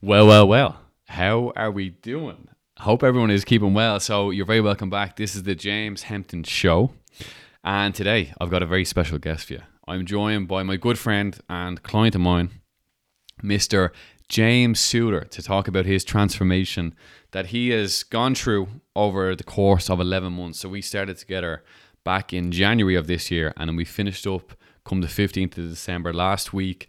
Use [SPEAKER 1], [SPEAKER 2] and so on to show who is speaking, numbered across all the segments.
[SPEAKER 1] Well, well, well. How are we doing? Hope everyone is keeping well. So, you're very welcome back. This is the James Hempton Show. And today, I've got a very special guest for you. I'm joined by my good friend and client of mine, Mr. James Suter, to talk about his transformation that he has gone through over the course of 11 months. So, we started together back in January of this year, and then we finished up come the 15th of December last week.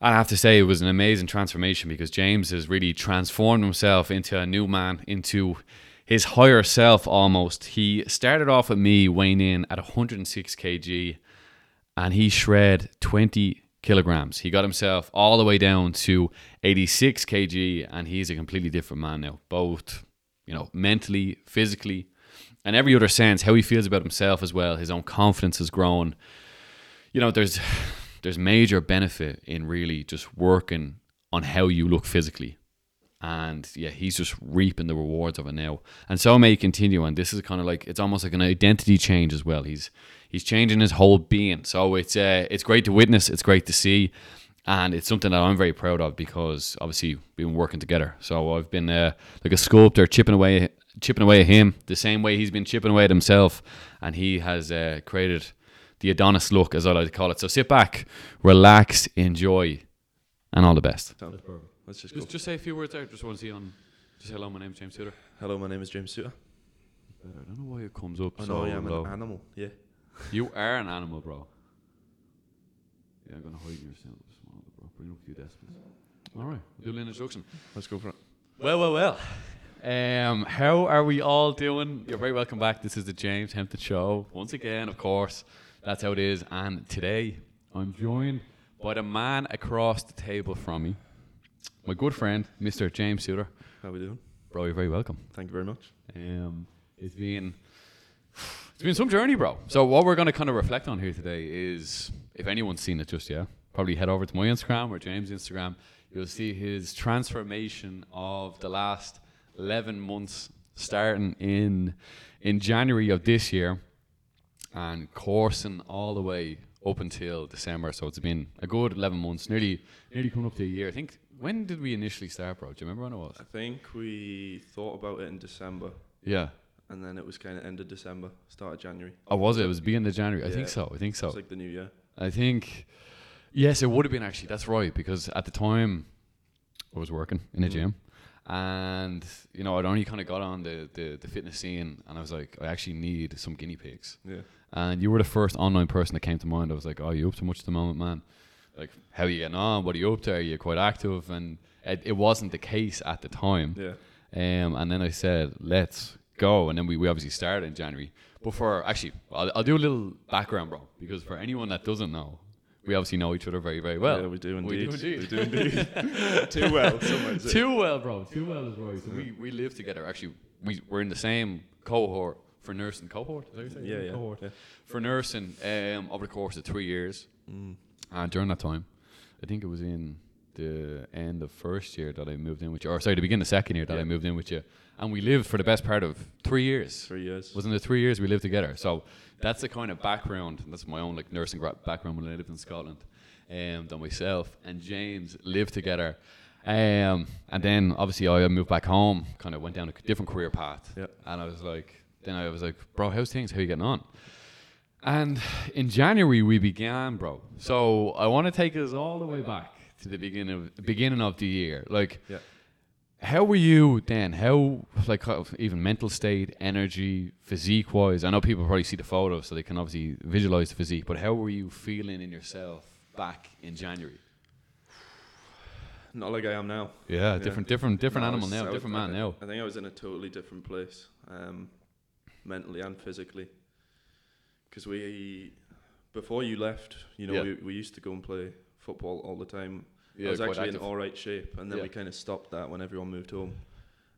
[SPEAKER 1] I have to say it was an amazing transformation because James has really transformed himself into a new man, into his higher self almost. He started off with me weighing in at 106 kg and he shred 20 kilograms. He got himself all the way down to 86 kg and he's a completely different man now, both, you know, mentally, physically, and every other sense, how he feels about himself as well. His own confidence has grown you know there's there's major benefit in really just working on how you look physically and yeah he's just reaping the rewards of it now and so may he continue and this is kind of like it's almost like an identity change as well he's he's changing his whole being so it's uh, it's great to witness it's great to see and it's something that I'm very proud of because obviously we've been working together so I've been uh, like a sculptor chipping away chipping away at him the same way he's been chipping away at himself and he has uh, created the Adonis look, as I like to call it. So sit back, relax, enjoy, and all the best.
[SPEAKER 2] Sounds perfect. Let's just go.
[SPEAKER 1] Just, just say a few words there. Just want to see on. Just hello, my name's James Tudor.
[SPEAKER 2] Hello, my name is James Suter.
[SPEAKER 1] I don't know why it comes up.
[SPEAKER 2] I
[SPEAKER 1] so
[SPEAKER 2] know I am
[SPEAKER 1] low.
[SPEAKER 2] an animal. Yeah.
[SPEAKER 1] You are an animal, bro. Yeah, I'm gonna hide in your sound this morning, bro. Bring up a few decimals. All right, do a little introduction.
[SPEAKER 2] Let's go for it.
[SPEAKER 1] Well, well, well. Um, how are we all doing? You're very welcome back. This is the James Hempton Show once again, of course. That's how it is. And today I'm joined by the man across the table from me, my good friend, Mr. James Suter.
[SPEAKER 2] How we doing?
[SPEAKER 1] Bro, you're very welcome.
[SPEAKER 2] Thank you very much.
[SPEAKER 1] Um, it's been it's been some journey, bro. So what we're gonna kind of reflect on here today is if anyone's seen it just yeah, probably head over to my Instagram or James' Instagram. You'll see his transformation of the last eleven months, starting in in January of this year, and coursing all the way up until December. So it's been a good eleven months, nearly nearly coming up to a year. I think when did we initially start, bro? Do you remember when it was?
[SPEAKER 2] I think we thought about it in December,
[SPEAKER 1] Yeah.
[SPEAKER 2] and then it was kind of end of December, start of January.
[SPEAKER 1] Oh, was it? It was beginning of January. I think
[SPEAKER 2] Yeah.
[SPEAKER 1] so. I think so.
[SPEAKER 2] It's like the new year.
[SPEAKER 1] I think, yes, it would have been actually. That's right because at the time, I was working in the
[SPEAKER 2] Mm-hmm.
[SPEAKER 1] gym, and you know I'd only kind of got on the, the the fitness scene, and I was like, I actually need some guinea pigs.
[SPEAKER 2] Yeah.
[SPEAKER 1] And you were the first online person that came to mind. I was like, oh, you up to much at the moment, man? Like, how are you getting on? What are you up to? Are you quite active? And it, it wasn't the case at the time.
[SPEAKER 2] Yeah.
[SPEAKER 1] Um, and then I said, let's go. And then we, we obviously started in January. But for actually, I'll, I'll do a little background, bro, because for anyone that doesn't know, we obviously know each other very, very well.
[SPEAKER 2] yeah, we do
[SPEAKER 1] we
[SPEAKER 2] indeed.
[SPEAKER 1] do indeed.
[SPEAKER 2] We do indeed. Too well. some might say.
[SPEAKER 1] Too well, bro. Too well is right. So we, we live together. Actually, we, we're in the same cohort for nursing. Cohort? Is that what you say?
[SPEAKER 2] Yeah, yeah.
[SPEAKER 1] Cohort
[SPEAKER 2] yeah.
[SPEAKER 1] for nursing um, over the course of three years.
[SPEAKER 2] Mm,
[SPEAKER 1] And Uh, during that time, I think it was in the end of first year that I moved in with you, or sorry, the beginning of second year that I
[SPEAKER 2] Yeah.
[SPEAKER 1] moved in with you. And we lived for the best part of three years.
[SPEAKER 2] Three years.
[SPEAKER 1] Wasn't it three years we lived together? So that's the kind of background, and that's my own like nursing gra- background when I lived in Scotland. Um, that myself and James lived together. Um, and then obviously I moved back home, kind of went down a different career path.
[SPEAKER 2] Yeah.
[SPEAKER 1] And I was like, then I was like, bro, how's things? How you getting on? And in January we began, bro. So I want to take us all the way back to the beginning of beginning of the year. Like,
[SPEAKER 2] Yeah.
[SPEAKER 1] how were you then? How like how- even mental state, energy, physique wise? I know people probably see the photos, so they can obviously visualize the physique. But how were you feeling in yourself back in January?
[SPEAKER 2] Not like I am now.
[SPEAKER 1] Yeah, different,
[SPEAKER 2] different-
[SPEAKER 1] different, different
[SPEAKER 2] No, I
[SPEAKER 1] animal
[SPEAKER 2] was- I
[SPEAKER 1] now,
[SPEAKER 2] was-
[SPEAKER 1] different
[SPEAKER 2] I
[SPEAKER 1] man
[SPEAKER 2] thi-
[SPEAKER 1] now.
[SPEAKER 2] I think I was in a totally different place, um, mentally and physically. Because we, before you left, you know,
[SPEAKER 1] Yeah.
[SPEAKER 2] we, we used to go and play football all the time.
[SPEAKER 1] Yeah,
[SPEAKER 2] I was
[SPEAKER 1] quite
[SPEAKER 2] actually
[SPEAKER 1] active.
[SPEAKER 2] in all right shape, and then we
[SPEAKER 1] Yeah.
[SPEAKER 2] kind of stopped that when everyone moved home,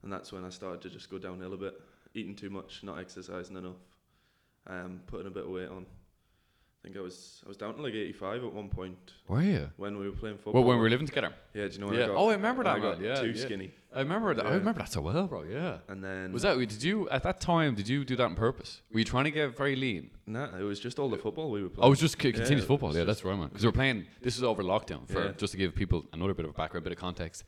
[SPEAKER 2] and that's when I started to just go downhill a bit, eating too much, not exercising enough, um, putting a bit of weight on. I think I was I was down to like 85 at one point
[SPEAKER 1] Were you?
[SPEAKER 2] when we were playing football.
[SPEAKER 1] Well, when we were living together.
[SPEAKER 2] yeah, do you know when
[SPEAKER 1] Yeah.
[SPEAKER 2] I got?
[SPEAKER 1] Oh, I remember
[SPEAKER 2] when
[SPEAKER 1] that,
[SPEAKER 2] I got
[SPEAKER 1] man. Yeah,
[SPEAKER 2] too
[SPEAKER 1] yeah.
[SPEAKER 2] skinny,
[SPEAKER 1] I remember that. I
[SPEAKER 2] Yeah.
[SPEAKER 1] remember that so well, bro. Yeah.
[SPEAKER 2] and then
[SPEAKER 1] Was that? Did you at that time? Did you do that on purpose? Were you trying to get very lean?
[SPEAKER 2] Nah, it was just all the football we were playing.
[SPEAKER 1] I Oh, was just c- continuous
[SPEAKER 2] Yeah,
[SPEAKER 1] football.
[SPEAKER 2] it's
[SPEAKER 1] Yeah,
[SPEAKER 2] just-
[SPEAKER 1] that's right, man. Because we're playing. This is over lockdown for
[SPEAKER 2] Yeah.
[SPEAKER 1] just to give people another bit of background, bit of context.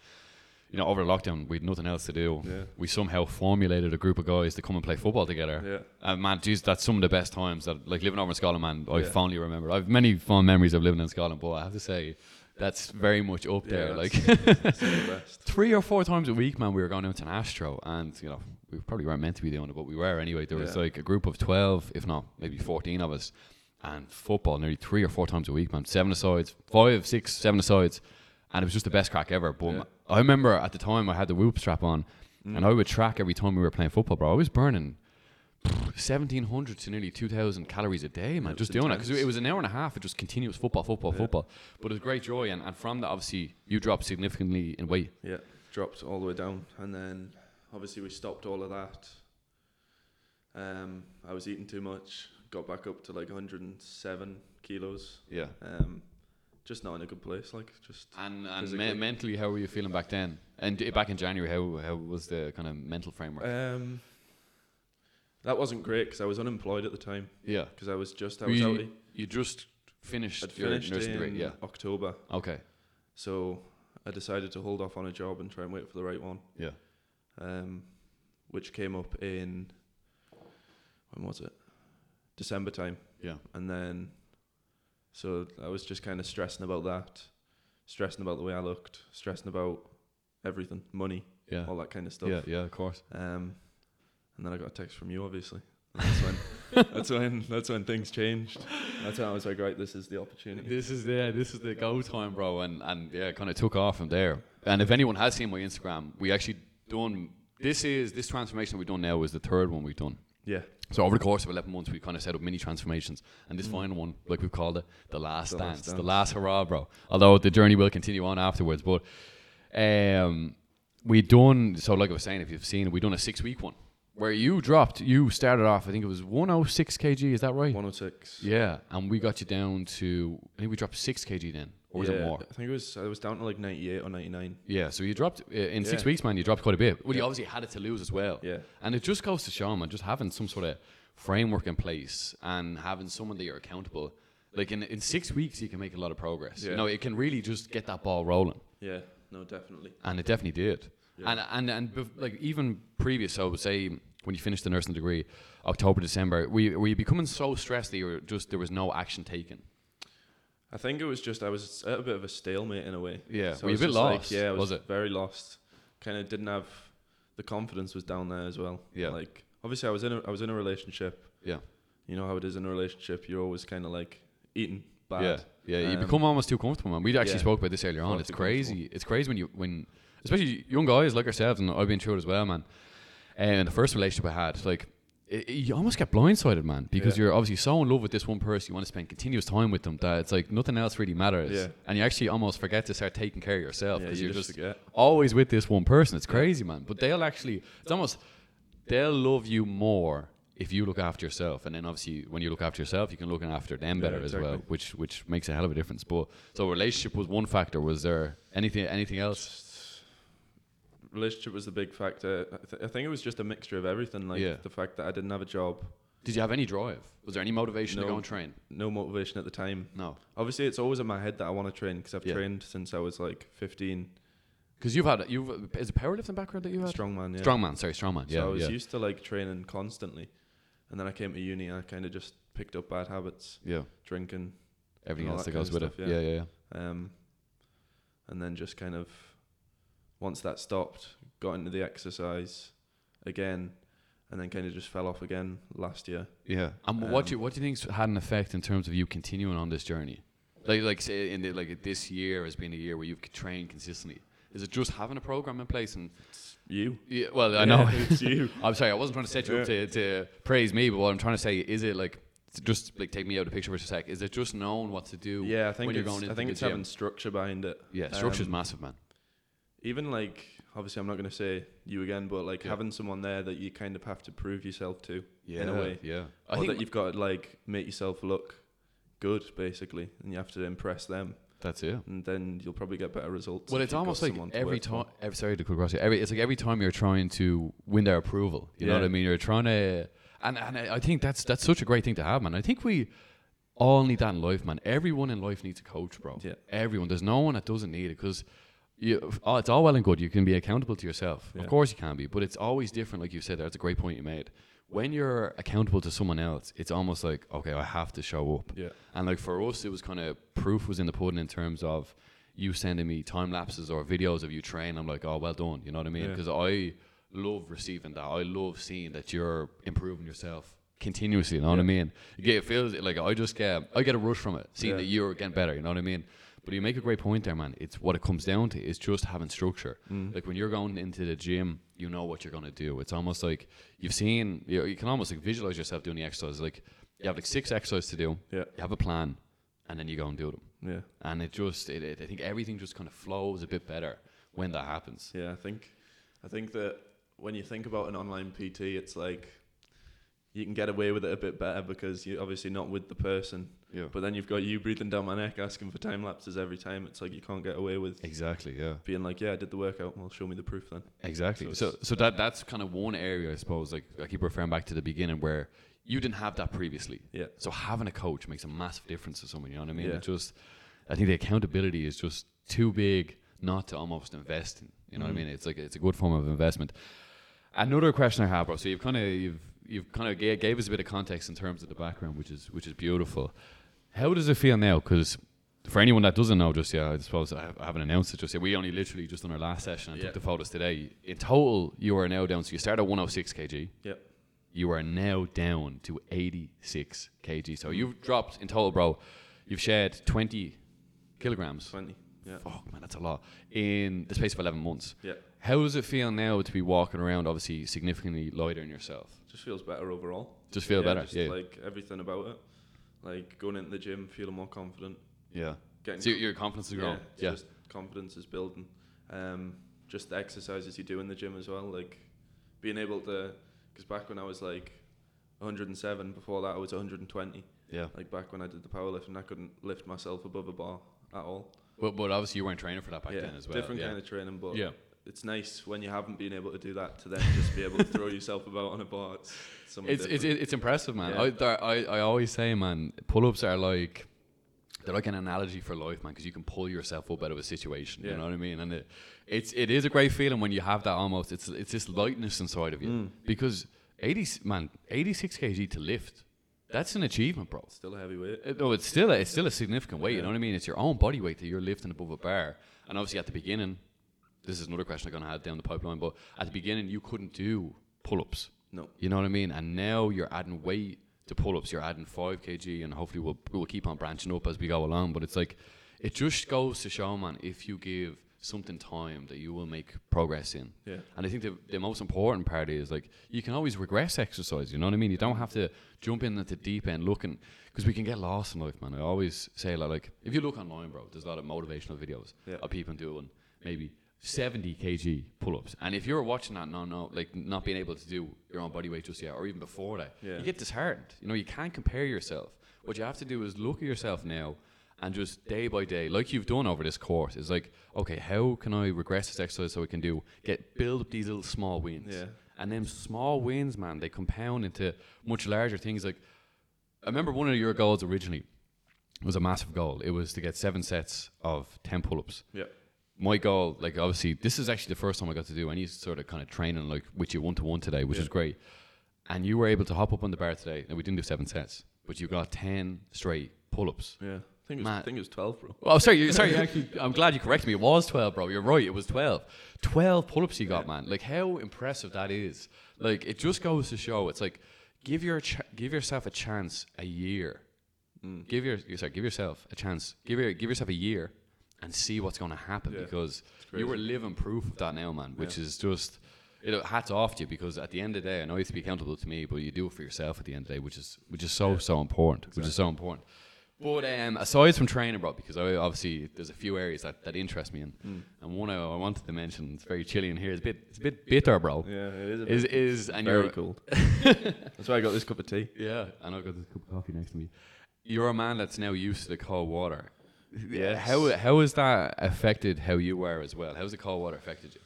[SPEAKER 1] you know, over the lockdown, we had nothing else to do.
[SPEAKER 2] Yeah.
[SPEAKER 1] We somehow formulated a group of guys to come and play football together.
[SPEAKER 2] Yeah.
[SPEAKER 1] Uh, man, geez, that's some of the best times that, like, living over in Scotland, man, I
[SPEAKER 2] Yeah.
[SPEAKER 1] fondly remember. I have many fond memories of living in Scotland, but I have to say, that's very much up
[SPEAKER 2] Yeah,
[SPEAKER 1] there. Like,
[SPEAKER 2] that's- That's the best.
[SPEAKER 1] three or four times a week, man, we were going out to an Astro, and, you know, we probably weren't meant to be doing it, but we were anyway. There was,
[SPEAKER 2] Yeah.
[SPEAKER 1] like, a group of 12, if not maybe 14 of us, and football nearly three or four times a week, man. Seven asides, five, six, seven asides, and it was just the best crack ever. But
[SPEAKER 2] Yeah. Mm.
[SPEAKER 1] I remember at the time I had the whoop strap on, and I would track every time we were playing football, bro. I was burning seventeen hundred to nearly two thousand calories a day, man.
[SPEAKER 2] it
[SPEAKER 1] just
[SPEAKER 2] was
[SPEAKER 1] doing it because
[SPEAKER 2] intense.
[SPEAKER 1] it was an hour and a half of just continuous football, football, football. But it was great joy, and, and from that, obviously, you dropped significantly in weight.
[SPEAKER 2] Yeah, dropped all the way down, and then obviously we stopped all of that. Um, I was eating too much. Got back up to like 107 kilos.
[SPEAKER 1] Yeah.
[SPEAKER 2] Um, just not in a good place. Like just
[SPEAKER 1] And and
[SPEAKER 2] Physically.
[SPEAKER 1] me- mentally, how were you feeling back then? And d- back in January, how how was the kind of mental framework?
[SPEAKER 2] um, that wasn't great because I was unemployed at the time
[SPEAKER 1] yeah.
[SPEAKER 2] because I was just I
[SPEAKER 1] Were
[SPEAKER 2] was out.
[SPEAKER 1] you, you just finished
[SPEAKER 2] I'd
[SPEAKER 1] your
[SPEAKER 2] finished
[SPEAKER 1] nursing
[SPEAKER 2] in
[SPEAKER 1] degree, yeah. Mm.
[SPEAKER 2] October,
[SPEAKER 1] Okay.
[SPEAKER 2] so I decided to hold off on a job and try and wait for the right one.
[SPEAKER 1] Yeah.
[SPEAKER 2] um, which came up in when was it? December time,
[SPEAKER 1] Yeah.
[SPEAKER 2] and then so I was just kind of stressing about that, stressing about the way I looked, stressing about everything, money,
[SPEAKER 1] Yeah.
[SPEAKER 2] all that kind of stuff.
[SPEAKER 1] Yeah. Yeah. Of course.
[SPEAKER 2] Um, and then I got a text from you, obviously. And That's when, that's when, that's when things changed. That's when I was like, right, this is the opportunity.
[SPEAKER 1] This is yeah, this is the go time, bro, and and yeah, kind of took off from there. And if anyone has seen my Instagram, we actually done this is this transformation we've done now is the third one we've done.
[SPEAKER 2] Yeah,
[SPEAKER 1] So over the course of eleven months, we kind of set up mini transformations, and this final one, like we've called it, the last
[SPEAKER 2] Mm. The
[SPEAKER 1] dance,
[SPEAKER 2] Last
[SPEAKER 1] the
[SPEAKER 2] Dance.
[SPEAKER 1] last hurrah, bro. Although the journey will continue on afterwards, but um, we done so like I was saying, if you've seen, it, we done a six week one where you dropped, you started off, I think it was one oh six kg, is that right?
[SPEAKER 2] 106.
[SPEAKER 1] Yeah, and we got you down to I think we dropped six kg then, or was it
[SPEAKER 2] Yeah,
[SPEAKER 1] more?
[SPEAKER 2] I think it was. I was down to like 98 or 99.
[SPEAKER 1] Yeah, so you dropped uh, in six
[SPEAKER 2] Yeah.
[SPEAKER 1] weeks, man. You dropped quite a bit. Well, you
[SPEAKER 2] Yeah.
[SPEAKER 1] obviously had it to lose as well.
[SPEAKER 2] Yeah.
[SPEAKER 1] and it just goes to show, man, just having some sort of framework in place and having someone that you're accountable. Like in in six weeks, you can make a lot of progress. You
[SPEAKER 2] Yeah.
[SPEAKER 1] know, it can really just get that ball rolling,
[SPEAKER 2] Yeah. No, definitely.
[SPEAKER 1] and it definitely did.
[SPEAKER 2] Yeah.
[SPEAKER 1] And and and bef- like even previous, so say when you finished the nursing degree, October December, we were you becoming so stressed that you were just there was no action taken.
[SPEAKER 2] I think it was just I was at a bit of a stalemate in a way.
[SPEAKER 1] Yeah,
[SPEAKER 2] so
[SPEAKER 1] were
[SPEAKER 2] I
[SPEAKER 1] you a
[SPEAKER 2] was
[SPEAKER 1] bit
[SPEAKER 2] just like-
[SPEAKER 1] lost,
[SPEAKER 2] yeah, I was,
[SPEAKER 1] was it?
[SPEAKER 2] very lost. Kind of didn't have the confidence was down there as well.
[SPEAKER 1] Yeah.
[SPEAKER 2] like obviously I was in a I was in a relationship.
[SPEAKER 1] Yeah.
[SPEAKER 2] You know how it is in a relationship. You're always kind of like eating bad.
[SPEAKER 1] Yeah, yeah. You
[SPEAKER 2] Um,
[SPEAKER 1] become almost too comfortable, man. We actually
[SPEAKER 2] yeah.
[SPEAKER 1] spoke about this earlier on.
[SPEAKER 2] Far
[SPEAKER 1] It's
[SPEAKER 2] too
[SPEAKER 1] crazy. It's crazy when you when especially young guys like ourselves, and I've been through it as well, man. And the first relationship I had, like. It, it- you almost get blindsided, man, because
[SPEAKER 2] Yeah.
[SPEAKER 1] you're obviously so in love with this one person. You want to spend continuous time with them that it's like nothing else really matters,
[SPEAKER 2] Yeah.
[SPEAKER 1] and you actually almost forget to start taking care of yourself
[SPEAKER 2] Yeah,
[SPEAKER 1] because
[SPEAKER 2] you
[SPEAKER 1] you're
[SPEAKER 2] just
[SPEAKER 1] just
[SPEAKER 2] forget.
[SPEAKER 1] always with this one person. It's crazy, man. But they'll actually, it's almost, they'll love you more if you look after yourself. And then obviously, when you look after yourself, you can look after them
[SPEAKER 2] Yeah,
[SPEAKER 1] better as well,
[SPEAKER 2] exactly.
[SPEAKER 1] which which makes a hell of a difference. But so relationship was one factor. Was there anything anything else?
[SPEAKER 2] Relationship was the big factor. I, th- I think it was just a mixture of everything. Like
[SPEAKER 1] Yeah.
[SPEAKER 2] the fact that I didn't have a job,
[SPEAKER 1] Did you have any drive? Was there any motivation to
[SPEAKER 2] No.
[SPEAKER 1] go and train?
[SPEAKER 2] no motivation at the time.
[SPEAKER 1] No,
[SPEAKER 2] Obviously, it's always in my head that I want to train because I've
[SPEAKER 1] Yeah.
[SPEAKER 2] trained since I was like 15.
[SPEAKER 1] because you've had you've is it powerlifting background that you had?
[SPEAKER 2] Strongman, yeah.
[SPEAKER 1] Strongman, sorry, strongman.
[SPEAKER 2] So
[SPEAKER 1] yeah,
[SPEAKER 2] I was
[SPEAKER 1] yeah.
[SPEAKER 2] used to like training constantly, and then I came to uni and I kind of just picked up bad habits,
[SPEAKER 1] yeah.
[SPEAKER 2] drinking,
[SPEAKER 1] Everything
[SPEAKER 2] and all
[SPEAKER 1] else that
[SPEAKER 2] that
[SPEAKER 1] goes
[SPEAKER 2] kind
[SPEAKER 1] with
[SPEAKER 2] of
[SPEAKER 1] it.
[SPEAKER 2] stuff,
[SPEAKER 1] Yeah,
[SPEAKER 2] yeah.
[SPEAKER 1] yeah, yeah.
[SPEAKER 2] um, and then just kind of once that stopped, got into the exercise again, and then kind of just fell off again last year.
[SPEAKER 1] Yeah. And what
[SPEAKER 2] Um,
[SPEAKER 1] do you what do you think's had an effect in terms of you continuing on this journey? Like like say in the, like this year has been a year where you've trained consistently. Is it just having a program in place and
[SPEAKER 2] You,
[SPEAKER 1] yeah, well I know
[SPEAKER 2] it's you.
[SPEAKER 1] I'm sorry I wasn't trying to set you up to,
[SPEAKER 2] Yeah.
[SPEAKER 1] to praise me but what I'm trying to say is it like it's just like take me out of the picture for a sec is it just knowing what to do
[SPEAKER 2] Yeah, I think
[SPEAKER 1] when you're
[SPEAKER 2] it's,
[SPEAKER 1] going into
[SPEAKER 2] I think
[SPEAKER 1] the
[SPEAKER 2] it's
[SPEAKER 1] gym?
[SPEAKER 2] having structure behind it.
[SPEAKER 1] yeah structure's
[SPEAKER 2] Um,
[SPEAKER 1] massive man
[SPEAKER 2] even like obviously I'm not gonna say you again, but like
[SPEAKER 1] Yeah.
[SPEAKER 2] having someone there that you kind of have to prove yourself to.
[SPEAKER 1] yeah
[SPEAKER 2] in a way.
[SPEAKER 1] yeah
[SPEAKER 2] or that you've got to like make yourself look good basically and you have to impress them
[SPEAKER 1] that's it
[SPEAKER 2] and then you'll probably get better results
[SPEAKER 1] Well,
[SPEAKER 2] if
[SPEAKER 1] it's
[SPEAKER 2] you've got
[SPEAKER 1] almost like
[SPEAKER 2] someone to
[SPEAKER 1] every
[SPEAKER 2] work for.
[SPEAKER 1] time. Every, sorry to cut across you. Every it's like every time you're trying to win their approval. You know
[SPEAKER 2] Yeah.
[SPEAKER 1] what I mean? You're trying to, and and I I think that's that's such a great thing to have, man. I think we all need that in life, man. Everyone in life needs a coach, bro.
[SPEAKER 2] Yeah.
[SPEAKER 1] Everyone. There's no one that doesn't need it because. you, oh, it's all well and good. You can be accountable to yourself.
[SPEAKER 2] Yeah.
[SPEAKER 1] Of course you can be, but it's always different. Like you said, there. that's a great point you made. When you're accountable to someone else, it's almost like, okay, I have to show up.
[SPEAKER 2] Yeah.
[SPEAKER 1] And like for us, it was kind of proof was in the pudding in terms of you sending me time lapses or videos of you train. I'm like, oh, well done. You know what I mean?
[SPEAKER 2] Yeah.
[SPEAKER 1] Because I love receiving that. I love seeing that you're improving yourself continuously. You know what I mean? You get it feels like I just get I get a rush from it, seeing
[SPEAKER 2] Yeah.
[SPEAKER 1] that you're getting better. You know what I mean? But you make a great point there, man. It's what it comes down to is just having structure. Mm. Like when you're going into the gym, you know what you're gonna do. It's almost like you've seen. You, know, you can almost like visualize yourself doing the exercises. Like you have like six exercises to do
[SPEAKER 2] Yeah.
[SPEAKER 1] you have a plan and then you go and do them
[SPEAKER 2] Yeah.
[SPEAKER 1] and it just it, it, i think everything just kind of flows a bit better when that happens
[SPEAKER 2] Yeah, I think I think that when you think about an online PT, it's like you can get away with it a bit better because you're obviously not with the person.
[SPEAKER 1] yeah
[SPEAKER 2] But then you've got you breathing down my neck asking for time lapses every time. It's like you can't get away with
[SPEAKER 1] exactly yeah
[SPEAKER 2] being like, Yeah, I did the workout, well show me the proof then.
[SPEAKER 1] exactly
[SPEAKER 2] So
[SPEAKER 1] so
[SPEAKER 2] it's-
[SPEAKER 1] so that that's kind of one area i suppose like i keep referring back to the beginning where you didn't have that previously
[SPEAKER 2] Yeah.
[SPEAKER 1] so having a coach makes a massive difference to someone you know what i mean
[SPEAKER 2] Yeah.
[SPEAKER 1] it just i think the accountability is just too big not to almost invest in you
[SPEAKER 2] Mm.
[SPEAKER 1] know what i mean it's like it's a good form of investment Another question I have, bro. So you've kind of you've you've kind of gave, gave us a bit of context in terms of the background, which is which is beautiful. How does it feel now? Because for anyone that doesn't know just yet, I suppose I, have, I haven't announced it just yet. We only literally just on our last session and
[SPEAKER 2] Yeah.
[SPEAKER 1] took the photos today. In total, you are now down. So you started at 106 kg.
[SPEAKER 2] Yep.
[SPEAKER 1] You are now down to 86 kg. So you've dropped in total, bro. You've shed 20 kilograms.
[SPEAKER 2] Twenty. Yeah.
[SPEAKER 1] Fuck, man, that's a lot in the space of 11 months.
[SPEAKER 2] Yeah.
[SPEAKER 1] How does it feel now to be walking around, obviously significantly lighter in yourself?
[SPEAKER 2] Just feels better overall.
[SPEAKER 1] Just feel
[SPEAKER 2] yeah,
[SPEAKER 1] better,
[SPEAKER 2] Just
[SPEAKER 1] yeah.
[SPEAKER 2] like everything about it. Like going into the gym, feeling more confident.
[SPEAKER 1] Yeah.
[SPEAKER 2] Getting
[SPEAKER 1] So your- your confidence is growing.
[SPEAKER 2] it's
[SPEAKER 1] Yeah.
[SPEAKER 2] Just confidence is building. Um, just the exercises you do in the gym as well, like being able to. Because back when I was like 107, before that I was 120.
[SPEAKER 1] Yeah.
[SPEAKER 2] Like back when I did the powerlifting, I couldn't lift myself above a bar at all.
[SPEAKER 1] But, but obviously you weren't training for that back
[SPEAKER 2] yeah,
[SPEAKER 1] then as well.
[SPEAKER 2] different
[SPEAKER 1] yeah.
[SPEAKER 2] kind of training, but
[SPEAKER 1] Yeah.
[SPEAKER 2] it's nice when you haven't been able to do that to then just be able to throw yourself about on a bar. It's something
[SPEAKER 1] It's, it's,
[SPEAKER 2] different.
[SPEAKER 1] it's impressive, man.
[SPEAKER 2] Yeah.
[SPEAKER 1] I, there, I, I always say, man, pull ups are like, they're like an analogy for life, man, because you can pull yourself up out of a situation.
[SPEAKER 2] Yeah.
[SPEAKER 1] You know what I mean? And it, it's, it is a great feeling when you have that almost, it's, it's this lightness inside of you.
[SPEAKER 2] Mm.
[SPEAKER 1] Because 80, man, 86 kg to lift, that's an achievement, bro.
[SPEAKER 2] still a heavyweight.
[SPEAKER 1] Uh, No, it's still a, it's still a significant weight. You know what I mean? It's your own body weight that you're lifting above a bar. And obviously at the beginning, this is another question I'm gonna have down the pipeline. But at the beginning, you couldn't do pull-ups.
[SPEAKER 2] No,
[SPEAKER 1] You know what I mean? And now you're adding weight to pull-ups. You're adding five kg, and hopefully we'll we'll keep on branching up as we go along. But it's like it just goes to show, man, if you give something time, that you will make progress in.
[SPEAKER 2] yeah,
[SPEAKER 1] And I think the, the most important part is like you can always regress exercise. You know what I mean? You don't have to jump in at the deep end looking because we can get lost in life, man. I always say like, like if you look online, bro, there's a lot of motivational videos
[SPEAKER 2] Yeah.
[SPEAKER 1] of people doing maybe 70 kg pull-ups, and if you're watching that, no, no, like not being able to do your own body weight just yet, or even before that,
[SPEAKER 2] Yeah.
[SPEAKER 1] you get disheartened. You know, you can't compare yourself. What you have to do is look at yourself now and just day by day, like you've done over this course, is like, okay, how can I regress this exercise so I can do get build up these little small wins.
[SPEAKER 2] Yeah.
[SPEAKER 1] And them small wins, man, they compound into much larger things. Like I remember one of your goals originally was a massive goal. It was to get seven sets of ten pull ups
[SPEAKER 2] yeah,
[SPEAKER 1] my goal, like obviously, this is actually the first time I got to do any sort of kind of training like with you one to one today, which
[SPEAKER 2] Yeah.
[SPEAKER 1] is great. And you were able to hop up on the bar today, and we didn't do seven sets, but you got ten straight pull ups.
[SPEAKER 2] yeah. I think it was, I
[SPEAKER 1] Matt.
[SPEAKER 2] think it was 12, bro.
[SPEAKER 1] Oh, sorry, you, sorry. You actually, I'm glad you corrected me. It was 12, bro. You're right. It was 12. 12 pull-ups you got, man. Like how impressive that is. Like it just goes to show. It's like give your ch- give yourself a chance a year.
[SPEAKER 2] Mm.
[SPEAKER 1] Give your sorry, give yourself a chance. Give your, give yourself a year and see what's going to happen
[SPEAKER 2] Yeah.
[SPEAKER 1] because
[SPEAKER 2] crazy.
[SPEAKER 1] you were living proof of that now, man. Which is just. You know, hats off to you because at the end of the day, I know you have to be accountable to me, but you do it for yourself at the end of the day, which is which is so so important, which is so important. But um, aside from training, bro, because I obviously there's a few areas that, that interest me in,
[SPEAKER 2] Hmm.
[SPEAKER 1] and one I, I wanted to mention, it's very chilly in here. It's a bit it's a bit bitter, bro.
[SPEAKER 2] Yeah, it is. A
[SPEAKER 1] Is is and
[SPEAKER 2] very
[SPEAKER 1] you're
[SPEAKER 2] cold. That's why I got this cup of tea.
[SPEAKER 1] yeah, and I've got this cup of coffee next to me. You're a man that's now used to the cold water. Yeah. How how has that affected how you were as well? How's the cold water affected you?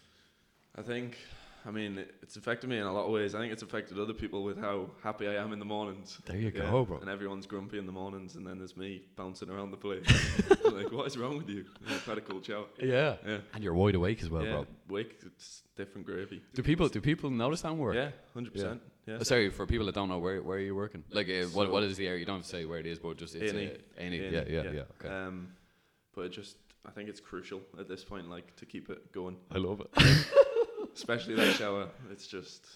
[SPEAKER 2] I think I mean, it- it's affected me in a lot of ways. I think it's affected other people with how happy I am in the mornings.
[SPEAKER 1] There you
[SPEAKER 2] Yeah,
[SPEAKER 1] go, bro.
[SPEAKER 2] And everyone's grumpy in the mornings, and then there's me bouncing around the place. like, what is wrong with you? And I've had a cool shower.
[SPEAKER 1] Yeah.
[SPEAKER 2] Yeah.
[SPEAKER 1] And you're wide awake as well,
[SPEAKER 2] yeah.
[SPEAKER 1] bro.
[SPEAKER 2] Wake, it's different gravy.
[SPEAKER 1] Do people do people notice that work?
[SPEAKER 2] Yeah, 100%. Yeah.
[SPEAKER 1] Uh, Sorry for people that don't know where where are you working? Like uh, what
[SPEAKER 2] So- E.
[SPEAKER 1] what is the area? You don't have to say where it is, but just it's
[SPEAKER 2] A&E.
[SPEAKER 1] uh, A&E. Yeah, yeah, yeah. Okay.
[SPEAKER 2] Um, but it just, I think it's crucial at this point, like, to keep it going.
[SPEAKER 1] I love it.
[SPEAKER 2] Especially that shower. It's just,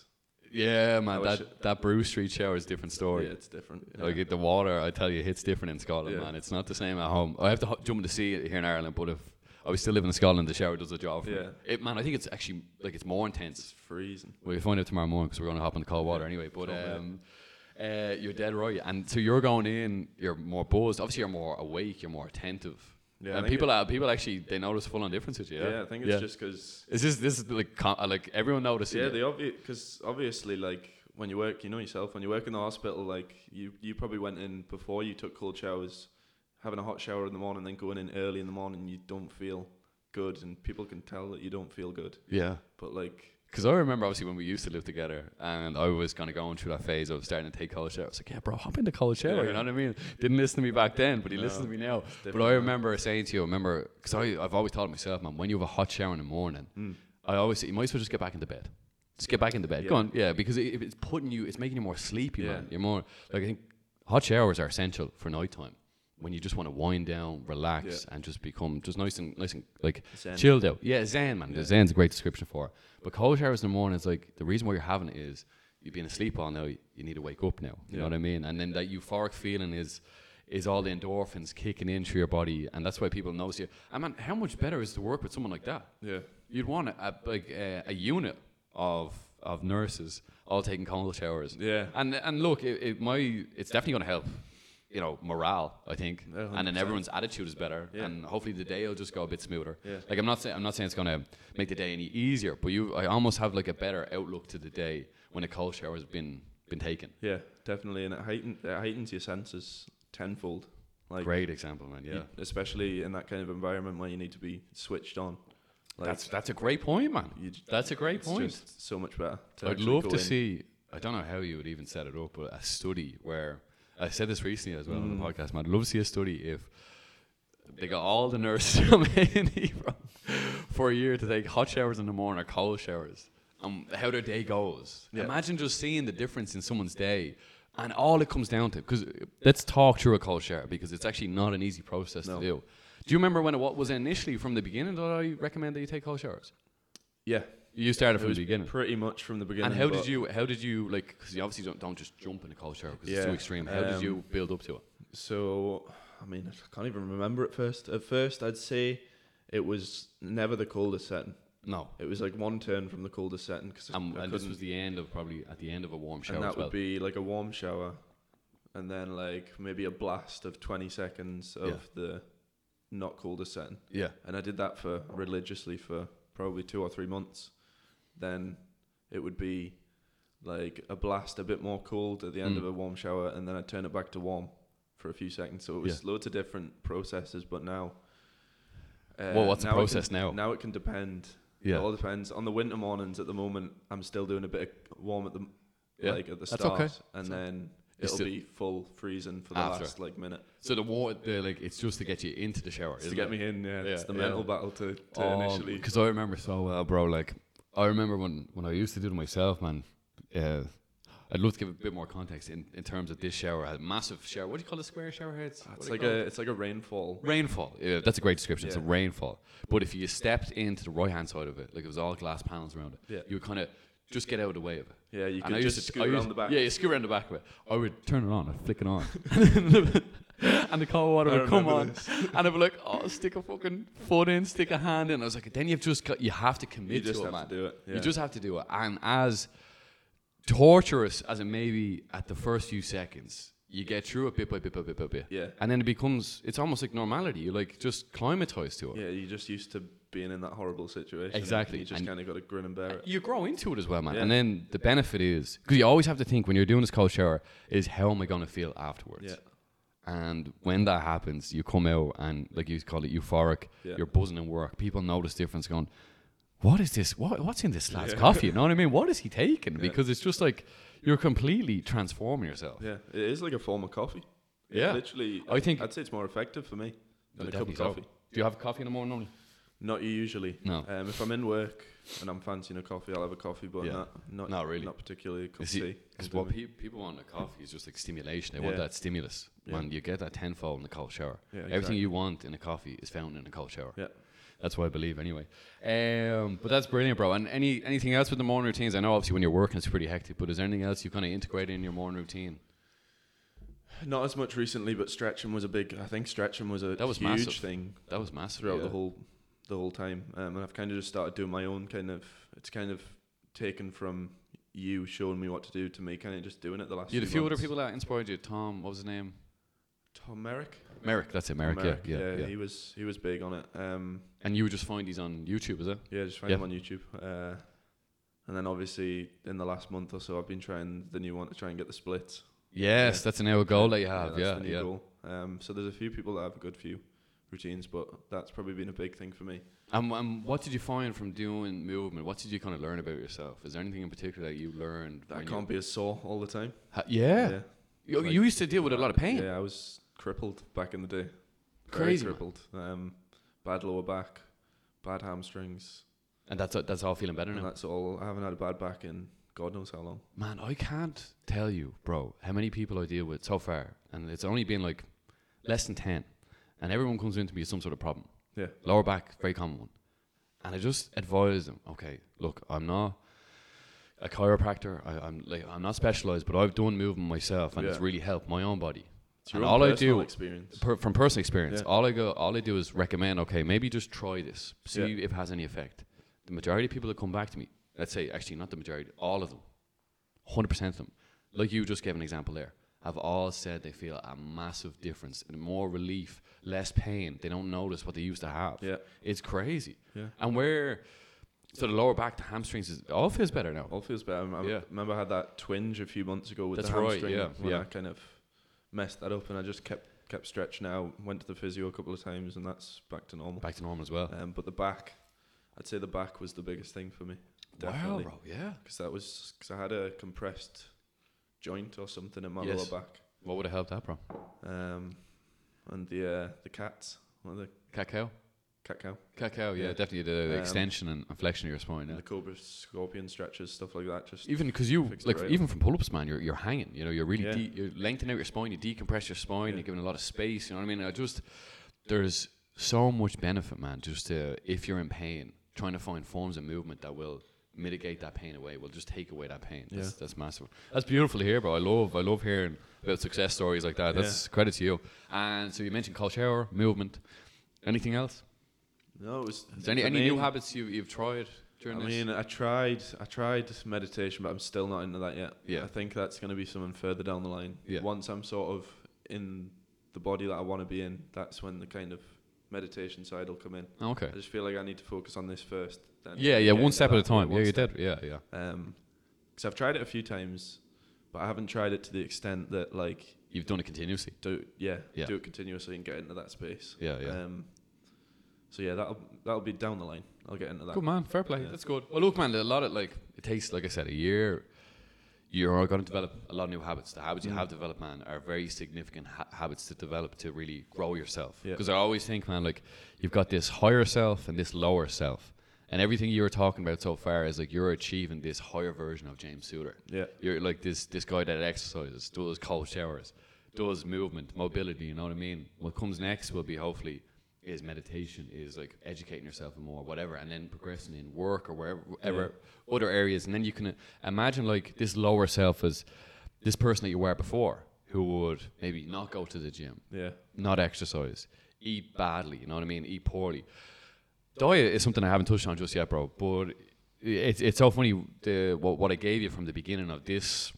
[SPEAKER 1] Yeah,
[SPEAKER 2] I
[SPEAKER 1] man.
[SPEAKER 2] wish
[SPEAKER 1] That that Bruce Street shower is a different story.
[SPEAKER 2] Oh, yeah, it's different. Yeah.
[SPEAKER 1] Like the water, I tell you, it hits different in Scotland,
[SPEAKER 2] Yeah.
[SPEAKER 1] man. It's not the same at home. I have to ho- jump in the sea here in Ireland, but if I was still living in Scotland, the shower does the job for me.
[SPEAKER 2] Yeah.
[SPEAKER 1] It, man, I think it's actually like it's more
[SPEAKER 2] It's
[SPEAKER 1] intense.
[SPEAKER 2] freezing.
[SPEAKER 1] We'll find out tomorrow morning because we're going to hop in the cold water anyway. But
[SPEAKER 2] Cool, yeah.
[SPEAKER 1] um, uh, you're dead right, and so you're going in. You're more buzzed. Obviously, you're more awake. You're more attentive.
[SPEAKER 2] Yeah, I
[SPEAKER 1] and
[SPEAKER 2] think
[SPEAKER 1] people are people actually they notice full on differences. Yeah,
[SPEAKER 2] Yeah, I think it's just because,
[SPEAKER 1] Is this this is like com- uh, like everyone notices?
[SPEAKER 2] yeah,
[SPEAKER 1] it.
[SPEAKER 2] the obvious, because obviously, like, when you work, you know yourself, when you work in the hospital, like, you, you probably went in before you took cold showers, having a hot shower in the morning, then going in early in the morning, you don't feel good, and people can tell that you don't feel good.
[SPEAKER 1] yeah.
[SPEAKER 2] But, like,
[SPEAKER 1] Because I remember obviously when we used to live together, and I was kind of going through that phase of starting to take cold showers. I was like, "Yeah, bro, hop in the cold shower." You
[SPEAKER 2] Yeah.
[SPEAKER 1] know what I mean? Didn't listen to me back then, but he listens to me now. But
[SPEAKER 2] different
[SPEAKER 1] I
[SPEAKER 2] now.
[SPEAKER 1] remember saying to you, I remember because I've always thought to myself, man, when you have a hot shower in the morning, I always say you might as well just get back into bed. Just get back into bed. Go
[SPEAKER 2] Yeah.
[SPEAKER 1] on, yeah, because it, it's putting you, it's making you more sleepy,
[SPEAKER 2] Yeah.
[SPEAKER 1] man. You're more like I think hot showers are essential for nighttime when you just want to wind down, relax, and just become just nice and nice and like
[SPEAKER 2] Zen.
[SPEAKER 1] chilled out. Yeah, zen, man. The Zen's a great description for it. But cold showers in the morning is like the reason why you're having it is you've been asleep all night. You need to wake up now. You know
[SPEAKER 2] Yeah.
[SPEAKER 1] what I mean? And then that euphoric feeling is is all the endorphins kicking in through your body, and that's why people notice you. I mean, how much better is to work with someone like that?
[SPEAKER 2] yeah,
[SPEAKER 1] You'd want a, a like a, a unit of of nurses all taking cold showers.
[SPEAKER 2] yeah.
[SPEAKER 1] And and look, it, it my it's definitely going to help, you know, morale. I think,
[SPEAKER 2] Yeah,
[SPEAKER 1] and then
[SPEAKER 2] 100%.
[SPEAKER 1] everyone's attitude is better,
[SPEAKER 2] Yeah.
[SPEAKER 1] and hopefully the day will just go a bit smoother.
[SPEAKER 2] Yeah.
[SPEAKER 1] Like I'm not saying I'm not saying it's going to make the day any easier, but you I almost have like a better outlook to the day when a cold shower has been been taken.
[SPEAKER 2] Yeah, definitely, and it heightens it heightens your senses tenfold. Like
[SPEAKER 1] Great example, man. Yeah.
[SPEAKER 2] you- especially in that kind of environment where you need to be switched on. Like
[SPEAKER 1] that's that's a great point, man.
[SPEAKER 2] you j-
[SPEAKER 1] That's a great
[SPEAKER 2] it's
[SPEAKER 1] point.
[SPEAKER 2] just so much better. to
[SPEAKER 1] I'd
[SPEAKER 2] actually
[SPEAKER 1] love
[SPEAKER 2] go
[SPEAKER 1] to
[SPEAKER 2] in.
[SPEAKER 1] see. I don't know how you would even set it up, but a study where I said this recently as well on
[SPEAKER 2] Mm.
[SPEAKER 1] the podcast. Man, I'd love to see a study if they got all the nurses from A&E from- for a year to take hot showers in the morning or cold showers, and how their day goes.
[SPEAKER 2] Yeah.
[SPEAKER 1] Imagine just seeing the difference in someone's day. And all it comes down to, because let's talk through a cold shower because it's actually not an easy process to
[SPEAKER 2] No.
[SPEAKER 1] do. Do you remember when it wa- was initially from the beginning that I recommend that you take cold showers?
[SPEAKER 2] Yeah,
[SPEAKER 1] You started
[SPEAKER 2] it
[SPEAKER 1] from
[SPEAKER 2] was
[SPEAKER 1] the beginning.
[SPEAKER 2] pretty much from the beginning.
[SPEAKER 1] And how
[SPEAKER 2] but
[SPEAKER 1] did you? How did you like? Because you obviously don't, don't just jump in a cold shower because it's too
[SPEAKER 2] Yeah,
[SPEAKER 1] extreme. How did
[SPEAKER 2] um,
[SPEAKER 1] you build up to it?
[SPEAKER 2] So, I mean, I can't even remember at first. At first, I'd say it was never the coldest setting.
[SPEAKER 1] No,
[SPEAKER 2] It was like one turn from the coldest setting because I,
[SPEAKER 1] um,
[SPEAKER 2] I
[SPEAKER 1] and this
[SPEAKER 2] couldn't
[SPEAKER 1] was the end of probably at the end of a warm shower
[SPEAKER 2] and that
[SPEAKER 1] as well.
[SPEAKER 2] would be like a warm shower and then like maybe a blast of 20 seconds of
[SPEAKER 1] Yeah.
[SPEAKER 2] the not coldest setting
[SPEAKER 1] yeah,
[SPEAKER 2] and i did that for religiously for probably two or three months then it would be like a blast a bit more cold at the end
[SPEAKER 1] Mm.
[SPEAKER 2] of a warm shower and then i'd turn it back to warm for a few seconds so it was loads of different processes but now uh,
[SPEAKER 1] Well, what's the
[SPEAKER 2] now it
[SPEAKER 1] process
[SPEAKER 2] can-
[SPEAKER 1] now?
[SPEAKER 2] now it can depend
[SPEAKER 1] Yeah.
[SPEAKER 2] it all depends on the winter mornings at the moment i'm still doing a bit of warm at the
[SPEAKER 1] Yeah.
[SPEAKER 2] like at the
[SPEAKER 1] That's
[SPEAKER 2] start,
[SPEAKER 1] okay.
[SPEAKER 2] and
[SPEAKER 1] That's
[SPEAKER 2] then
[SPEAKER 1] It's
[SPEAKER 2] it'll
[SPEAKER 1] still-
[SPEAKER 2] be full freezing for the
[SPEAKER 1] After.
[SPEAKER 2] last like minute
[SPEAKER 1] So the water, the, like, it's just to get you into the shower.
[SPEAKER 2] to get me in. Yeah, it's
[SPEAKER 1] Yeah,
[SPEAKER 2] the
[SPEAKER 1] yeah.
[SPEAKER 2] mental battle to, to initially.
[SPEAKER 1] because I remember so well, bro. Like, I remember when when I used to do it myself, man. Uh, I'd love to give a bit more context in, in terms of this shower. A massive shower. What do you call the square shower heads? What
[SPEAKER 2] It's
[SPEAKER 1] do you
[SPEAKER 2] like
[SPEAKER 1] call it?
[SPEAKER 2] a it's like a rainfall.
[SPEAKER 1] Rainfall. Yeah, that's a great description. It's a
[SPEAKER 2] Yeah.
[SPEAKER 1] rainfall. But if you stepped into the right hand side of it, like it was all glass panels around it,
[SPEAKER 2] Yeah.
[SPEAKER 1] you would kind of just get out of the way of it.
[SPEAKER 2] Yeah, you
[SPEAKER 1] And
[SPEAKER 2] could
[SPEAKER 1] I used
[SPEAKER 2] just
[SPEAKER 1] to-
[SPEAKER 2] scoot
[SPEAKER 1] I
[SPEAKER 2] around
[SPEAKER 1] used-
[SPEAKER 2] the back.
[SPEAKER 1] Yeah, you scoot around the back of it. I would turn it on, I'd flick it on. and the cold water
[SPEAKER 2] I
[SPEAKER 1] would come
[SPEAKER 2] remember
[SPEAKER 1] on. And I'd be like, oh, stick a fucking foot in, stick a hand in. I was like, then you've just got, you have to commit
[SPEAKER 2] You
[SPEAKER 1] to
[SPEAKER 2] just
[SPEAKER 1] it,
[SPEAKER 2] have
[SPEAKER 1] man.
[SPEAKER 2] to do it. Yeah.
[SPEAKER 1] You just have to do it. And as torturous as it may be at the first few seconds, you get through it bit by bit by bit by bit.
[SPEAKER 2] Yeah.
[SPEAKER 1] And then it becomes, it's almost like normality. You like just climatize to it.
[SPEAKER 2] yeah, you're just used to being in that horrible situation.
[SPEAKER 1] Exactly,
[SPEAKER 2] You just
[SPEAKER 1] and-
[SPEAKER 2] kind of got to grin and bear it.
[SPEAKER 1] You grow into it as well, man.
[SPEAKER 2] Yeah.
[SPEAKER 1] And then the benefit is, because you always have to think when you're doing this cold shower, is how am I going to feel afterwards?
[SPEAKER 2] Yeah,
[SPEAKER 1] And when that happens, you come out and, like you call it, euphoric.
[SPEAKER 2] Yeah.
[SPEAKER 1] You're buzzing in work. People notice difference going, what is this? What, what's in this lad's
[SPEAKER 2] Yeah.
[SPEAKER 1] coffee? You know what I mean? What is he taking?
[SPEAKER 2] Yeah.
[SPEAKER 1] Because it's just like you're completely transforming yourself.
[SPEAKER 2] Yeah, it is like a form of coffee. It
[SPEAKER 1] Yeah.
[SPEAKER 2] literally.
[SPEAKER 1] I think-
[SPEAKER 2] I'd say it's more effective for me than
[SPEAKER 1] Oh,
[SPEAKER 2] a cup
[SPEAKER 1] definitely
[SPEAKER 2] of
[SPEAKER 1] so.
[SPEAKER 2] coffee.
[SPEAKER 1] Do you have coffee in the morning normally?
[SPEAKER 2] Not usually.
[SPEAKER 1] No.
[SPEAKER 2] Um, if I'm in work and I'm fancying a coffee, I'll have a coffee, but
[SPEAKER 1] Yeah.
[SPEAKER 2] not, not
[SPEAKER 1] Not really.
[SPEAKER 2] Not particularly a cup of
[SPEAKER 1] Is it-
[SPEAKER 2] tea.
[SPEAKER 1] Because what pe- people want in a coffee is just like stimulation. They want
[SPEAKER 2] Yeah.
[SPEAKER 1] that stimulus.
[SPEAKER 2] Yeah.
[SPEAKER 1] Man, you get that tenfold in a cold shower.
[SPEAKER 2] Yeah,
[SPEAKER 1] Everything
[SPEAKER 2] exactly.
[SPEAKER 1] you want in a coffee is found in a cold shower.
[SPEAKER 2] Yeah.
[SPEAKER 1] That's what I believe, anyway. Um, but that's brilliant, bro. And any anything else with the morning routines? I know obviously when you're working it's pretty hectic, but is there anything else you kind of integrate in your morning routine?
[SPEAKER 2] Not as much recently, but stretching was a big. I think stretching was a
[SPEAKER 1] That was
[SPEAKER 2] huge
[SPEAKER 1] massive.
[SPEAKER 2] thing
[SPEAKER 1] That was massive.
[SPEAKER 2] throughout
[SPEAKER 1] yeah.
[SPEAKER 2] the whole the whole time. Um, and I've kind of just started doing my own kind of. It's kind of taken from you showing me what to do to me kind of just doing it the last.
[SPEAKER 1] You had a
[SPEAKER 2] few
[SPEAKER 1] few other
[SPEAKER 2] months.
[SPEAKER 1] people that inspired you. Tom, what was his name?
[SPEAKER 2] Tom Merrick.
[SPEAKER 1] Merrick. That's it, Merrick.
[SPEAKER 2] Merrick,
[SPEAKER 1] yeah, yeah, yeah.
[SPEAKER 2] He was he was big on it. Um,
[SPEAKER 1] And you would just find these on YouTube, is it?
[SPEAKER 2] Yeah, just find
[SPEAKER 1] Yeah.
[SPEAKER 2] them on YouTube. Uh, and then obviously in the last month or so, I've been trying the new one to try and get the splits.
[SPEAKER 1] Yes, that's an hour goal that Oh, you have.
[SPEAKER 2] that's
[SPEAKER 1] Yeah,
[SPEAKER 2] the new
[SPEAKER 1] yeah.
[SPEAKER 2] goal. Um, so there's a few people that have a good few routines, but that's probably been a big thing for me.
[SPEAKER 1] And, and what did you find from doing movement? What did you kind of learn about yourself? Is there anything in particular that you learned?
[SPEAKER 2] That I
[SPEAKER 1] when
[SPEAKER 2] can't
[SPEAKER 1] you,
[SPEAKER 2] be a sore all the time.
[SPEAKER 1] Ha- yeah. You,
[SPEAKER 2] Like-
[SPEAKER 1] you used to deal with a lot of pain.
[SPEAKER 2] Yeah, I was crippled back in the day.
[SPEAKER 1] Crazy, man.
[SPEAKER 2] Very crippled. Um, bad lower back, bad hamstrings,
[SPEAKER 1] And that's that's all feeling better
[SPEAKER 2] and
[SPEAKER 1] now.
[SPEAKER 2] that's all. I haven't had a bad back in God knows how long.
[SPEAKER 1] Man, I can't tell you, bro, how many people I deal with so far, and it's only been like less than ten, and everyone comes in to me with some sort of problem.
[SPEAKER 2] Yeah.
[SPEAKER 1] lower back, very common one, and I just advise them, okay, look, I'm not a chiropractor, I, I'm like I'm not specialized, but I've done movement myself, and it's
[SPEAKER 2] Yeah.
[SPEAKER 1] really helped my own body.
[SPEAKER 2] It's your
[SPEAKER 1] And
[SPEAKER 2] own
[SPEAKER 1] all I
[SPEAKER 2] personal
[SPEAKER 1] do-
[SPEAKER 2] experience.
[SPEAKER 1] per, from personal experience,
[SPEAKER 2] Yeah.
[SPEAKER 1] all I go, all I do is recommend. Okay, maybe just try this, see if it has any effect. The majority of people that come back to me, let's say, actually not the majority, all of them, hundred percent of them, like you just gave an example there, have all said they feel a massive difference, and more relief, less pain. They don't notice what they used to have.
[SPEAKER 2] Yeah.
[SPEAKER 1] It's crazy.
[SPEAKER 2] Yeah.
[SPEAKER 1] And where, so the lower back, the hamstrings, is, all feels better now.
[SPEAKER 2] All feels better. I
[SPEAKER 1] Yeah.
[SPEAKER 2] remember I had that twinge a few months ago with
[SPEAKER 1] That's
[SPEAKER 2] the
[SPEAKER 1] right,
[SPEAKER 2] hamstring.
[SPEAKER 1] yeah,
[SPEAKER 2] when
[SPEAKER 1] yeah.
[SPEAKER 2] I kind of messed that up, and I just kept kept stretching out. Went to the physio a couple of times, and that's back to normal.
[SPEAKER 1] Back to normal as well.
[SPEAKER 2] Um, but the back, I'd say the back was the biggest thing for me, definitely,
[SPEAKER 1] Wow, bro. Yeah.
[SPEAKER 2] because that was because I had a compressed joint or something in my
[SPEAKER 1] Yes.
[SPEAKER 2] lower back.
[SPEAKER 1] What would have helped that, bro?
[SPEAKER 2] Um, and the uh, the cats, what are the
[SPEAKER 1] Cacao.
[SPEAKER 2] cat cow,
[SPEAKER 1] Cacao, yeah,
[SPEAKER 2] Yeah.
[SPEAKER 1] definitely the, the
[SPEAKER 2] Um,
[SPEAKER 1] extension and, and flexion of your spine. Yeah.
[SPEAKER 2] and the cobra scorpion stretches, stuff like that. Just
[SPEAKER 1] Even because you
[SPEAKER 2] Fix it
[SPEAKER 1] like
[SPEAKER 2] right
[SPEAKER 1] even from pull-ups, man, you're, you're hanging. You know, you're really
[SPEAKER 2] Yeah.
[SPEAKER 1] de- you're lengthening out your spine. You decompress your spine.
[SPEAKER 2] Yeah.
[SPEAKER 1] You're giving a lot of space. You know what I mean? I just there's so much benefit, man. Just to, if you're in pain, trying to find forms of movement that will mitigate that pain away, will just take away that pain. That's,
[SPEAKER 2] Yeah.
[SPEAKER 1] that's massive. That's beautiful to hear, bro. I love I love hearing about success stories like that.
[SPEAKER 2] Yeah.
[SPEAKER 1] That's credit to you. And so you mentioned culture, movement. Anything else?
[SPEAKER 2] no, it was.
[SPEAKER 1] Is there any,
[SPEAKER 2] the
[SPEAKER 1] any new
[SPEAKER 2] main-
[SPEAKER 1] habits you you've tried during
[SPEAKER 2] I
[SPEAKER 1] this?
[SPEAKER 2] mean, I tried, I tried meditation, but I'm still not into that yet.
[SPEAKER 1] Yeah.
[SPEAKER 2] I think that's going to be something further down the line.
[SPEAKER 1] Yeah.
[SPEAKER 2] Once I'm sort of in the body that I want to be in, that's when the kind of meditation side will come in.
[SPEAKER 1] Oh, okay.
[SPEAKER 2] I just feel like I need to focus on this first. Then
[SPEAKER 1] Yeah, yeah,
[SPEAKER 2] get
[SPEAKER 1] one
[SPEAKER 2] into
[SPEAKER 1] step at
[SPEAKER 2] that
[SPEAKER 1] a time.
[SPEAKER 2] one
[SPEAKER 1] Yeah, you
[SPEAKER 2] step.
[SPEAKER 1] did. Yeah, yeah.
[SPEAKER 2] Um, because I've tried it a few times, but I haven't tried it to the extent that like
[SPEAKER 1] You've done it continuously.
[SPEAKER 2] do yeah,
[SPEAKER 1] Yeah.
[SPEAKER 2] do it continuously and get into that space.
[SPEAKER 1] Yeah, yeah.
[SPEAKER 2] Um, so yeah, that'll that'll be down the line. I'll get into that.
[SPEAKER 1] Good man, fair play.
[SPEAKER 2] Yeah.
[SPEAKER 1] That's good. Well, look, man, a lot of like it takes, like I said, a year. You're going to develop a lot of new habits. The habits
[SPEAKER 2] Mm.
[SPEAKER 1] you have developed, man, are very significant ha- habits to develop to really grow yourself.
[SPEAKER 2] Yeah.
[SPEAKER 1] Because I always think, man, like you've got this higher self and this lower self, and everything you were talking about so far is like you're achieving this higher version of James Suter.
[SPEAKER 2] Yeah.
[SPEAKER 1] You're like this this guy that exercises, does cold showers, does movement, mobility. You know what I mean. What comes next will be hopefully is meditation, is like educating yourself more, whatever, and then progressing in work or wherever, wherever other areas. And then you can uh, imagine like this lower self as this person that you were before, who would maybe not go to the gym,
[SPEAKER 2] Yeah.
[SPEAKER 1] not exercise, eat badly. You know what I mean? Eat poorly. Diet is something I haven't touched on just yet, bro. But it's it's so funny the what, what I gave you from the beginning of this,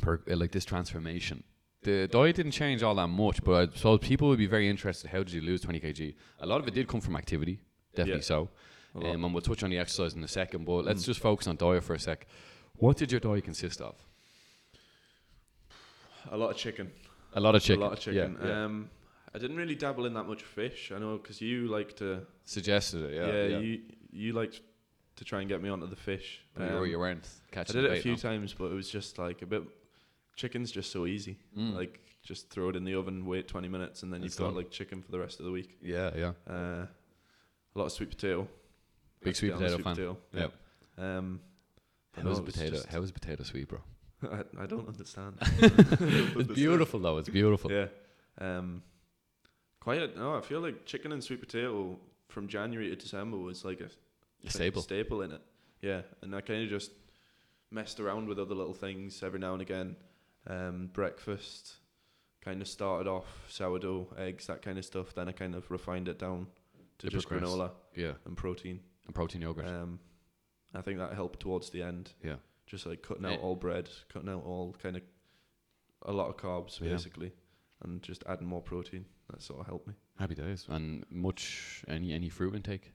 [SPEAKER 1] per, uh, like this transformation. The diet didn't change all that much, but I suppose people would be very interested. How did you lose twenty kg? A lot of it did come from activity, definitely
[SPEAKER 2] Yeah. Mm.
[SPEAKER 1] so. Um, and we'll touch on the exercise in a second, but let's just focus on diet for a sec. What did your diet consist of?
[SPEAKER 2] A lot of chicken.
[SPEAKER 1] A lot of chicken.
[SPEAKER 2] A lot of chicken.
[SPEAKER 1] Yeah, yeah.
[SPEAKER 2] Um, I didn't really dabble in that much fish. I know because you like to.
[SPEAKER 1] Suggested it.
[SPEAKER 2] Yeah,
[SPEAKER 1] Yeah. yeah.
[SPEAKER 2] you you liked to try and get me onto the fish.
[SPEAKER 1] Or you're-
[SPEAKER 2] Um,
[SPEAKER 1] you're wearing catch
[SPEAKER 2] I did it a few times, but it was just like a bit. Chicken's just so easy.
[SPEAKER 1] Mm.
[SPEAKER 2] Like just throw it in the oven, wait 20 minutes, and then
[SPEAKER 1] It's
[SPEAKER 2] you've got
[SPEAKER 1] done.
[SPEAKER 2] like chicken for the rest of the week.
[SPEAKER 1] Yeah, yeah.
[SPEAKER 2] Uh, a lot of sweet potato.
[SPEAKER 1] Big
[SPEAKER 2] Let's
[SPEAKER 1] sweet
[SPEAKER 2] get on the
[SPEAKER 1] potato fan.
[SPEAKER 2] yeah.
[SPEAKER 1] Yep.
[SPEAKER 2] Um, but
[SPEAKER 1] How
[SPEAKER 2] no,
[SPEAKER 1] is
[SPEAKER 2] it was
[SPEAKER 1] potato?
[SPEAKER 2] just-
[SPEAKER 1] How is potato sweet, bro?
[SPEAKER 2] I, I don't understand.
[SPEAKER 1] It's beautiful though. It's beautiful.
[SPEAKER 2] Yeah. Um, quiet. No, I feel like chicken and sweet potato from January to December was like a
[SPEAKER 1] A staple.
[SPEAKER 2] staple in it. Yeah, and I kind of just messed around with other little things every now and again. Um, breakfast kind of started off sourdough, eggs, that kind of stuff. Then I kind of refined it down to
[SPEAKER 1] You
[SPEAKER 2] just
[SPEAKER 1] progressed.
[SPEAKER 2] granola
[SPEAKER 1] Yeah.
[SPEAKER 2] and protein.
[SPEAKER 1] And protein yogurt.
[SPEAKER 2] Um, I think that helped towards the end.
[SPEAKER 1] Yeah.
[SPEAKER 2] Just like cutting out
[SPEAKER 1] Eh.
[SPEAKER 2] all bread, cutting out all kind of a lot of carbs
[SPEAKER 1] Yeah.
[SPEAKER 2] basically, and just adding more protein. That sort of helped me.
[SPEAKER 1] Happy days. And much any any fruit intake.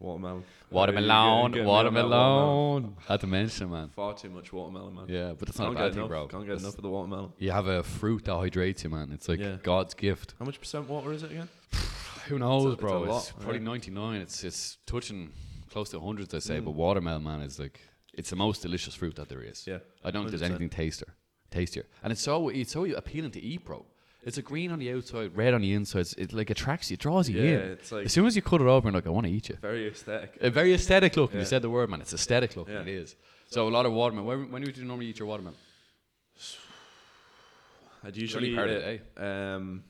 [SPEAKER 2] Watermelon.
[SPEAKER 1] Watermelon.
[SPEAKER 2] Get- get me on that
[SPEAKER 1] Watermelon. Had to mention, man.
[SPEAKER 2] Far too much watermelon, man.
[SPEAKER 1] Yeah, but that's not
[SPEAKER 2] Can't
[SPEAKER 1] a
[SPEAKER 2] get
[SPEAKER 1] bad
[SPEAKER 2] enough.
[SPEAKER 1] thing, bro.
[SPEAKER 2] Can't get
[SPEAKER 1] That's-
[SPEAKER 2] enough of the watermelon.
[SPEAKER 1] You have a fruit that hydrates you, man. It's like
[SPEAKER 2] Yeah.
[SPEAKER 1] God's gift.
[SPEAKER 2] How much percent water is it again?
[SPEAKER 1] Who knows,
[SPEAKER 2] it's a
[SPEAKER 1] bro? It's,
[SPEAKER 2] lot,
[SPEAKER 1] probably
[SPEAKER 2] yeah.
[SPEAKER 1] 99. It's it's touching close to hundreds, I say.
[SPEAKER 2] Mm.
[SPEAKER 1] But watermelon, man, is like it's the most delicious fruit that there is.
[SPEAKER 2] Yeah.
[SPEAKER 1] I don't think there's
[SPEAKER 2] 100%.
[SPEAKER 1] anything taster, tastier. And it's so it's so appealing to eat, bro. It's a green on the outside, red on the inside. It's- It like attracts you, draws you
[SPEAKER 2] yeah,
[SPEAKER 1] in.
[SPEAKER 2] it's like
[SPEAKER 1] as soon as you cut it open, like I want to eat you.
[SPEAKER 2] very aesthetic.
[SPEAKER 1] A very aesthetic look. You
[SPEAKER 2] Yeah.
[SPEAKER 1] said the word, man. It's aesthetic look.
[SPEAKER 2] Yeah.
[SPEAKER 1] It is. So a lot of watermelon. When, when would you normally eat your watermelon?
[SPEAKER 2] I'd usually uh,
[SPEAKER 1] part
[SPEAKER 2] eat
[SPEAKER 1] of
[SPEAKER 2] it, um,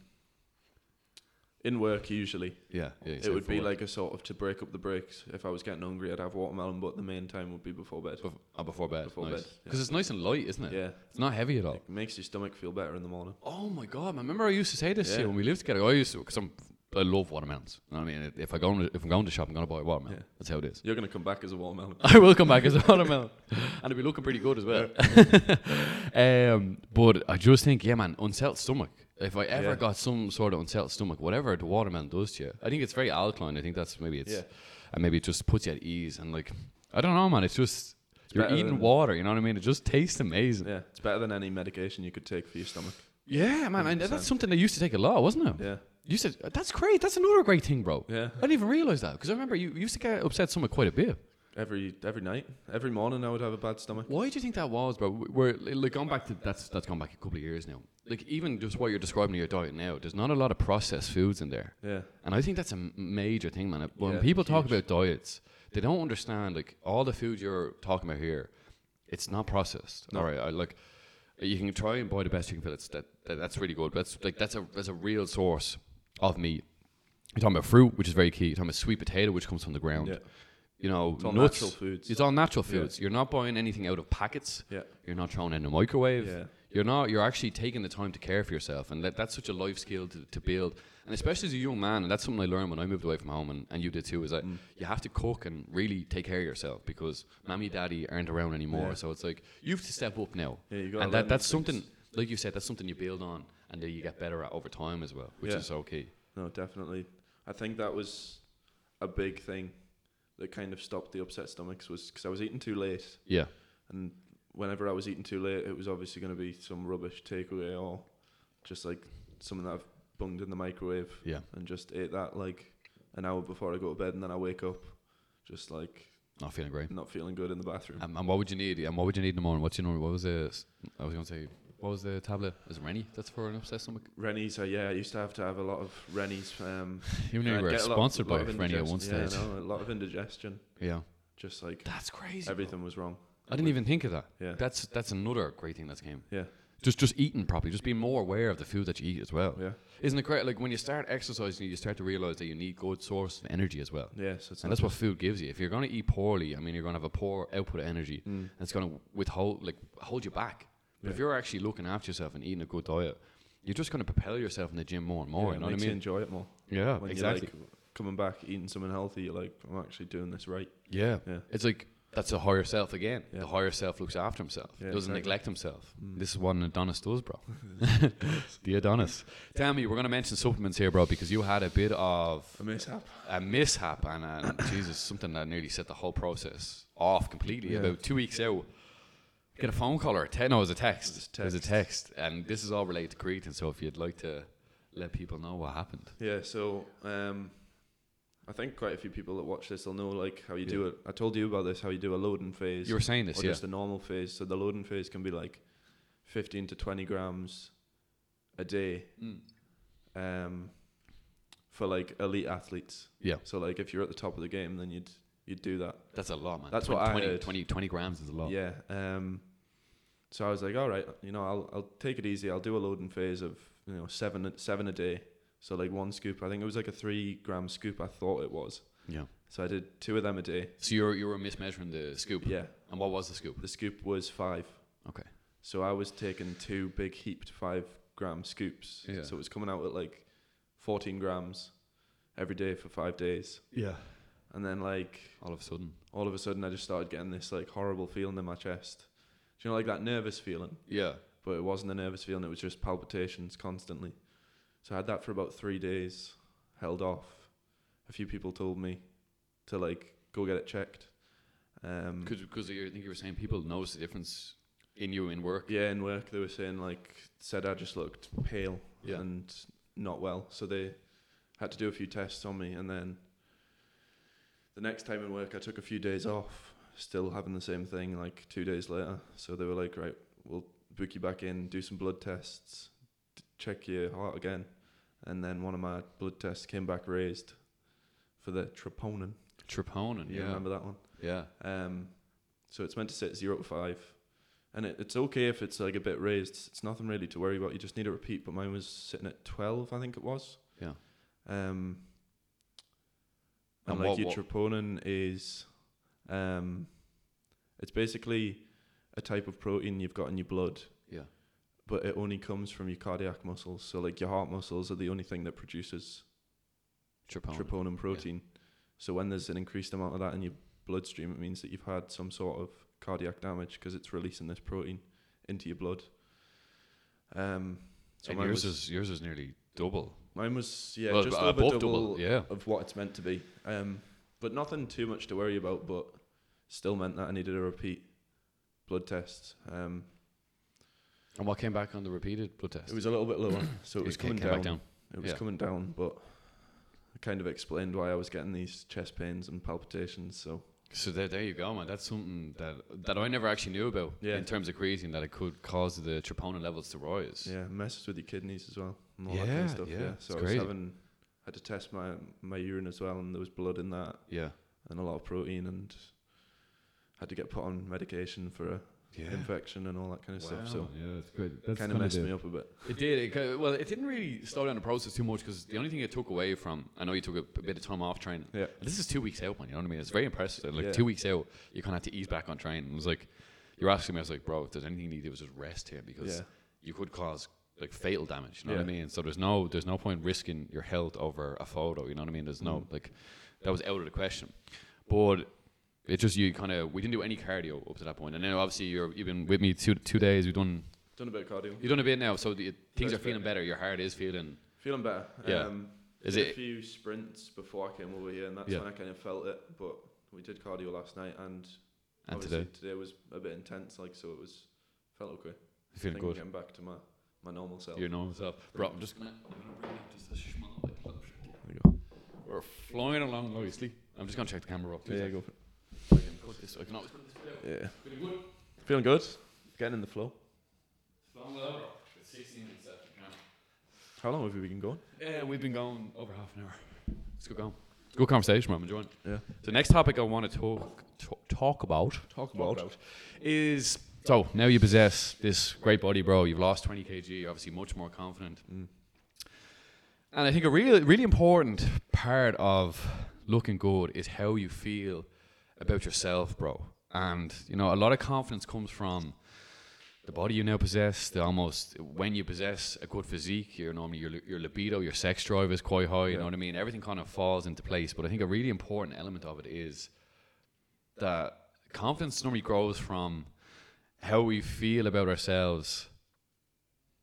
[SPEAKER 2] in work usually.
[SPEAKER 1] Yeah, yeah you
[SPEAKER 2] It
[SPEAKER 1] said
[SPEAKER 2] would be
[SPEAKER 1] before.
[SPEAKER 2] like a sort of to break up the breaks. If I was getting hungry, I'd have watermelon, but the main time would be before bed.
[SPEAKER 1] Bef- oh, before bed.
[SPEAKER 2] Before
[SPEAKER 1] nice.
[SPEAKER 2] bed, yeah.
[SPEAKER 1] Because it's nice and light, isn't it?
[SPEAKER 2] Yeah,
[SPEAKER 1] It's not heavy at all.
[SPEAKER 2] it makes your stomach feel better in the morning.
[SPEAKER 1] Oh my god! man, Remember, I used to say this to you
[SPEAKER 2] Yeah.
[SPEAKER 1] when we lived together. I used to because I'm I love watermelons. You know what I mean, if I go on, if I'm going to shop, I'm going to buy a watermelon.
[SPEAKER 2] Yeah.
[SPEAKER 1] That's how it is.
[SPEAKER 2] You're gonna come back as a watermelon.
[SPEAKER 1] I will come back as a watermelon, and it'll be looking pretty good as well. um, but I just think, yeah, man, unsettled stomach. If I ever
[SPEAKER 2] Yeah.
[SPEAKER 1] got some sort of unsettled stomach, whatever the watermelon does to you, I think it's very alkaline. I think that's maybe it's,
[SPEAKER 2] Yeah.
[SPEAKER 1] and maybe it just puts you at ease. And like, I don't know, man, it's just you're
[SPEAKER 2] better
[SPEAKER 1] eating
[SPEAKER 2] than-
[SPEAKER 1] water. You know what I mean? It just tastes amazing.
[SPEAKER 2] yeah, it's better than any medication you could take for your stomach.
[SPEAKER 1] Yeah, man, and
[SPEAKER 2] 100%.
[SPEAKER 1] that's something they used to take a lot, wasn't it?
[SPEAKER 2] Yeah,
[SPEAKER 1] You said that's great. That's another great thing, bro.
[SPEAKER 2] yeah.
[SPEAKER 1] I didn't even realize that because I remember you, you used to get upset stomach quite a bit.
[SPEAKER 2] Every every night, every morning, I would have a bad stomach.
[SPEAKER 1] Why do you think that was, bro? We're like going back to that's that's gone back a couple of years now. Like even just what you're describing in your diet now, there's not a lot of processed foods in there,
[SPEAKER 2] Yeah,
[SPEAKER 1] and I think that's a m- major thing, man. When
[SPEAKER 2] Yeah,
[SPEAKER 1] people talk
[SPEAKER 2] huge.
[SPEAKER 1] about diets, they don't understand like all the food you're talking about here. It's not processed.
[SPEAKER 2] No.
[SPEAKER 1] All right, I, like you can try and buy the best chicken fillets. That, that that's really good. That's like that's a that's a real source of meat. You're talking about fruit, which is very key. You're talking about sweet potato, which comes from the ground.
[SPEAKER 2] yeah.
[SPEAKER 1] You know,
[SPEAKER 2] It's all
[SPEAKER 1] nuts.
[SPEAKER 2] natural foods.
[SPEAKER 1] It's all natural
[SPEAKER 2] Yeah.
[SPEAKER 1] foods. You're not buying anything out of packets.
[SPEAKER 2] Yeah,
[SPEAKER 1] You're not throwing it in a microwave.
[SPEAKER 2] yeah.
[SPEAKER 1] You're not. You're actually taking the time to care for yourself, and that, that's such a life skill to, to build. And especially as a young man, and that's something I learned when I moved away from home, and, and you did too. Is
[SPEAKER 2] Mm.
[SPEAKER 1] that you have to cook and really take care of yourself because mommy, daddy aren't around anymore.
[SPEAKER 2] Yeah.
[SPEAKER 1] So it's like you have to step up now,
[SPEAKER 2] Yeah, you gotta
[SPEAKER 1] and that,
[SPEAKER 2] learn
[SPEAKER 1] that's
[SPEAKER 2] these things.
[SPEAKER 1] something like you said. That's something you build on, and that you get better at over time as well, which
[SPEAKER 2] Yeah.
[SPEAKER 1] is so key.
[SPEAKER 2] No, definitely. I think that was a big thing that kind of stopped the upset stomachs was because I was eating too late,
[SPEAKER 1] Yeah,
[SPEAKER 2] and whenever I was eating too late, it was obviously going to be some rubbish takeaway or just like something that I've bunged in the microwave
[SPEAKER 1] yeah,
[SPEAKER 2] and just ate that like an hour before I go to bed, and then I wake up just like
[SPEAKER 1] not feeling great.
[SPEAKER 2] not feeling good in the bathroom.
[SPEAKER 1] Um, and what would you need? And what would you need in the morning? What's your normal? What was the? I was gonna say. What was the tablet? Is it Rennie? That's for an upset stomach.
[SPEAKER 2] Rennies, uh, yeah, I used to have to have a lot of Rennies. Um,
[SPEAKER 1] Even though
[SPEAKER 2] and
[SPEAKER 1] you
[SPEAKER 2] I'd
[SPEAKER 1] were
[SPEAKER 2] get a lot-
[SPEAKER 1] sponsored
[SPEAKER 2] lot
[SPEAKER 1] by
[SPEAKER 2] of
[SPEAKER 1] Rennie at one
[SPEAKER 2] indigestion-
[SPEAKER 1] stage.
[SPEAKER 2] Yeah, no, a lot of indigestion,
[SPEAKER 1] Yeah.
[SPEAKER 2] just like
[SPEAKER 1] That's crazy. bro.
[SPEAKER 2] everything was wrong.
[SPEAKER 1] I didn't even think of that.
[SPEAKER 2] Yeah.
[SPEAKER 1] That's that's another great thing that's came.
[SPEAKER 2] Yeah,
[SPEAKER 1] Just just eating properly, just being more aware of the food that you eat as well.
[SPEAKER 2] yeah,
[SPEAKER 1] Isn't it great? Like when you start exercising, you start to realize that you need good source of energy as well.
[SPEAKER 2] yeah. So it's
[SPEAKER 1] And
[SPEAKER 2] not
[SPEAKER 1] that's what food gives you. If you're going to eat poorly, I mean, you're going to have a poor output of energy,
[SPEAKER 2] mm,
[SPEAKER 1] and it's going to withhold, like, hold you back. But if
[SPEAKER 2] Yeah.
[SPEAKER 1] you're actually looking after yourself and eating a good diet, you're just going to propel yourself in the gym more and more.
[SPEAKER 2] Yeah,
[SPEAKER 1] you
[SPEAKER 2] it
[SPEAKER 1] know what I
[SPEAKER 2] makes you
[SPEAKER 1] mean?
[SPEAKER 2] enjoy it more.
[SPEAKER 1] Yeah,
[SPEAKER 2] When
[SPEAKER 1] exactly.
[SPEAKER 2] You're like coming back, eating something healthy, you're like, I'm actually doing this right.
[SPEAKER 1] Yeah.
[SPEAKER 2] Yeah.
[SPEAKER 1] It's like that's a higher self again.
[SPEAKER 2] Yeah.
[SPEAKER 1] The higher self looks after himself.
[SPEAKER 2] Yeah,
[SPEAKER 1] doesn't
[SPEAKER 2] exactly.
[SPEAKER 1] neglect himself.
[SPEAKER 2] Mm.
[SPEAKER 1] This is what an Adonis does, bro. the Adonis. Tell me, we're gonna mention supplements here, bro, because you had a bit of
[SPEAKER 2] A mishap.
[SPEAKER 1] a mishap and, and Jesus, something that nearly set the whole process off completely.
[SPEAKER 2] Yeah.
[SPEAKER 1] About two weeks out, get a phone call or a text. No, it was a text.
[SPEAKER 2] It
[SPEAKER 1] It
[SPEAKER 2] was
[SPEAKER 1] was a
[SPEAKER 2] a
[SPEAKER 1] text, and this is all related to creatine. So if you'd like to let people know what happened,
[SPEAKER 2] Yeah, so um, I think quite a few people that watch this will know like how you do it. I told you about this, how you do a loading phase.
[SPEAKER 1] You were saying this,
[SPEAKER 2] or
[SPEAKER 1] yeah.
[SPEAKER 2] just a normal phase. So the loading phase can be like 15 to 20 grams a day
[SPEAKER 1] Mm.
[SPEAKER 2] um, for like elite athletes.
[SPEAKER 1] Yeah.
[SPEAKER 2] So like if you're at the top of the game, then you'd you'd do that.
[SPEAKER 1] That's a lot, man.
[SPEAKER 2] That's
[SPEAKER 1] 20,
[SPEAKER 2] what I
[SPEAKER 1] 20,
[SPEAKER 2] heard.
[SPEAKER 1] 20 20 grams is a lot.
[SPEAKER 2] Yeah. Um, so I was like, all right, you know, I'll I'll take it easy. I'll do a loading phase of you know seven a- seven a day. So like one scoop. I think it was like a three gram scoop. I thought it was.
[SPEAKER 1] Yeah.
[SPEAKER 2] So I did two of them a day.
[SPEAKER 1] So you were you were mismeasuring the scoop.
[SPEAKER 2] Yeah.
[SPEAKER 1] And what was the scoop?
[SPEAKER 2] The scoop was five.
[SPEAKER 1] Okay.
[SPEAKER 2] So I was taking two big heaped five gram scoops.
[SPEAKER 1] Yeah.
[SPEAKER 2] So it was coming out at like 14 grams every day for five days.
[SPEAKER 1] Yeah.
[SPEAKER 2] And then like
[SPEAKER 1] All of a sudden.
[SPEAKER 2] all of a sudden I just started getting this like horrible feeling in my chest. Do you know like that nervous feeling?
[SPEAKER 1] Yeah.
[SPEAKER 2] But it wasn't a nervous feeling, it was just palpitations constantly. So I had that for about three days, held off. A few people told me to like go get it checked. Um,
[SPEAKER 1] Because I think Mm. you were saying people notice the difference in you in work.
[SPEAKER 2] Yeah, in work they were saying like said I just looked pale
[SPEAKER 1] Yeah.
[SPEAKER 2] and not well, so they had to do a few tests on me, and then the next time in work I took a few days off, still having the same thing like two days later. So they were like, right, we'll book you back in, do some blood tests, d- check your heart again, and then one of my blood tests came back raised for the troponin.
[SPEAKER 1] Troponin.
[SPEAKER 2] You
[SPEAKER 1] Yeah.
[SPEAKER 2] remember that one?
[SPEAKER 1] Yeah.
[SPEAKER 2] Um, so it's meant to sit zero to five, and it, it's okay if it's like a bit raised. It's nothing really to worry about. You just need a repeat. But mine was sitting at twelve, I think it was.
[SPEAKER 1] Yeah.
[SPEAKER 2] Um, and,
[SPEAKER 1] And
[SPEAKER 2] like
[SPEAKER 1] what-
[SPEAKER 2] your
[SPEAKER 1] what-
[SPEAKER 2] troponin is, um, it's basically a type of protein you've got in your blood,
[SPEAKER 1] Yeah.
[SPEAKER 2] but it only comes from your cardiac muscles. So like your heart muscles are the only thing that produces
[SPEAKER 1] Troponin.
[SPEAKER 2] troponin protein. So when there's an increased amount of that in your bloodstream, it means that you've had some sort of cardiac damage because it's releasing this protein into your blood. Um, so
[SPEAKER 1] and
[SPEAKER 2] mine
[SPEAKER 1] yours
[SPEAKER 2] was,
[SPEAKER 1] is yours is nearly double.
[SPEAKER 2] mine was yeah
[SPEAKER 1] Well,
[SPEAKER 2] just
[SPEAKER 1] b-
[SPEAKER 2] over
[SPEAKER 1] above
[SPEAKER 2] double,
[SPEAKER 1] double, yeah.
[SPEAKER 2] of what it's meant to be. Um, but nothing too much to worry about. But still meant that I needed a repeat blood test. Um,
[SPEAKER 1] And what came back on the repeated blood test?
[SPEAKER 2] it was a little bit lower, so it was
[SPEAKER 1] ca-
[SPEAKER 2] coming
[SPEAKER 1] came
[SPEAKER 2] down.
[SPEAKER 1] back down.
[SPEAKER 2] It was
[SPEAKER 1] Yeah.
[SPEAKER 2] coming down, but I kind of explained why I was getting these chest pains and palpitations. So
[SPEAKER 1] So there, there you go, man. That's something that that I never actually knew about
[SPEAKER 2] Yeah.
[SPEAKER 1] in terms of creatine that it could cause the troponin levels to rise.
[SPEAKER 2] Yeah, it messes with your kidneys as well and all that kind of
[SPEAKER 1] Yeah,
[SPEAKER 2] stuff.
[SPEAKER 1] yeah,
[SPEAKER 2] Yeah,
[SPEAKER 1] it's
[SPEAKER 2] so I was
[SPEAKER 1] crazy.
[SPEAKER 2] having had to test my my urine as well, and there was blood in that
[SPEAKER 1] Yeah.
[SPEAKER 2] and a lot of protein, and had to get put on medication for a
[SPEAKER 1] Yeah.
[SPEAKER 2] infection and all that kind of stuff. So
[SPEAKER 1] yeah, it's good.
[SPEAKER 2] it kind of messed me up a bit.
[SPEAKER 1] It did. It, ki- well, it didn't really slow down the process too much because the only thing it took away from, I know you took a, p- bit of time off training.
[SPEAKER 2] Yeah.
[SPEAKER 1] And This is two weeks out, man. You know what I mean? It's very impressive. Like
[SPEAKER 2] Yeah.
[SPEAKER 1] two weeks out, you kind of had to ease back on training. It was like, you're asking me, I was like, bro, if there's anything you need to do, is just rest here because
[SPEAKER 2] Yeah.
[SPEAKER 1] you could cause like fatal damage. You know what I
[SPEAKER 2] Yeah.
[SPEAKER 1] mean? So there's no there's no point risking your health over a photo. You know what I mean? There's no
[SPEAKER 2] Mm-hmm.
[SPEAKER 1] like that was out of the question. But it's just you kind of we didn't do any cardio up to that point, and then obviously you're you've been with me two two days. We've done
[SPEAKER 2] Done a bit of cardio,
[SPEAKER 1] you've done a bit now, so the, things
[SPEAKER 2] That's
[SPEAKER 1] are feeling
[SPEAKER 2] great.
[SPEAKER 1] better. Your heart is feeling.
[SPEAKER 2] feeling better.
[SPEAKER 1] Yeah.
[SPEAKER 2] Um,
[SPEAKER 1] Is
[SPEAKER 2] did
[SPEAKER 1] it-
[SPEAKER 2] a few sprints before I came over here, and that's
[SPEAKER 1] Yeah.
[SPEAKER 2] when I kind of felt it. But we did cardio last night, and,
[SPEAKER 1] And
[SPEAKER 2] obviously
[SPEAKER 1] today?
[SPEAKER 2] today. was a bit intense. Like so, it was felt okay. I
[SPEAKER 1] Feeling
[SPEAKER 2] think
[SPEAKER 1] good.
[SPEAKER 2] Getting back to my my normal self.
[SPEAKER 1] Your normal self, bro. I'm just gonna. I'm gonna bring up just a small bit closer.
[SPEAKER 2] There you go.
[SPEAKER 1] We're flying along nicely. I'm just gonna check the camera off.
[SPEAKER 2] Yeah, go for it.
[SPEAKER 1] I can put this. I can always put this bit out.
[SPEAKER 2] Yeah.
[SPEAKER 1] Feeling good.
[SPEAKER 2] Feeling good? Getting in the flow.
[SPEAKER 1] Flying well. It's 16 minutes after camera.
[SPEAKER 2] How long have we been going?
[SPEAKER 1] Yeah, we've been going over half an hour. Let's go going. Good conversation, man. I'm enjoying. it.
[SPEAKER 2] Yeah.
[SPEAKER 1] So next topic I want to talk talk, talk about
[SPEAKER 2] Talk
[SPEAKER 1] is so now you possess this great body, bro. You've lost 20 kg. You're obviously much more confident.
[SPEAKER 2] Mm.
[SPEAKER 1] And I think a really really important part of looking good is how you feel about yourself, bro. And you know, a lot of confidence comes from the body you now possess, the almost when you possess a good physique, your normally your, your libido, your sex drive is quite high. You know
[SPEAKER 2] Yeah.
[SPEAKER 1] what I mean? Everything kind of falls into place. But I think a really important element of it is that confidence normally grows from how we feel about ourselves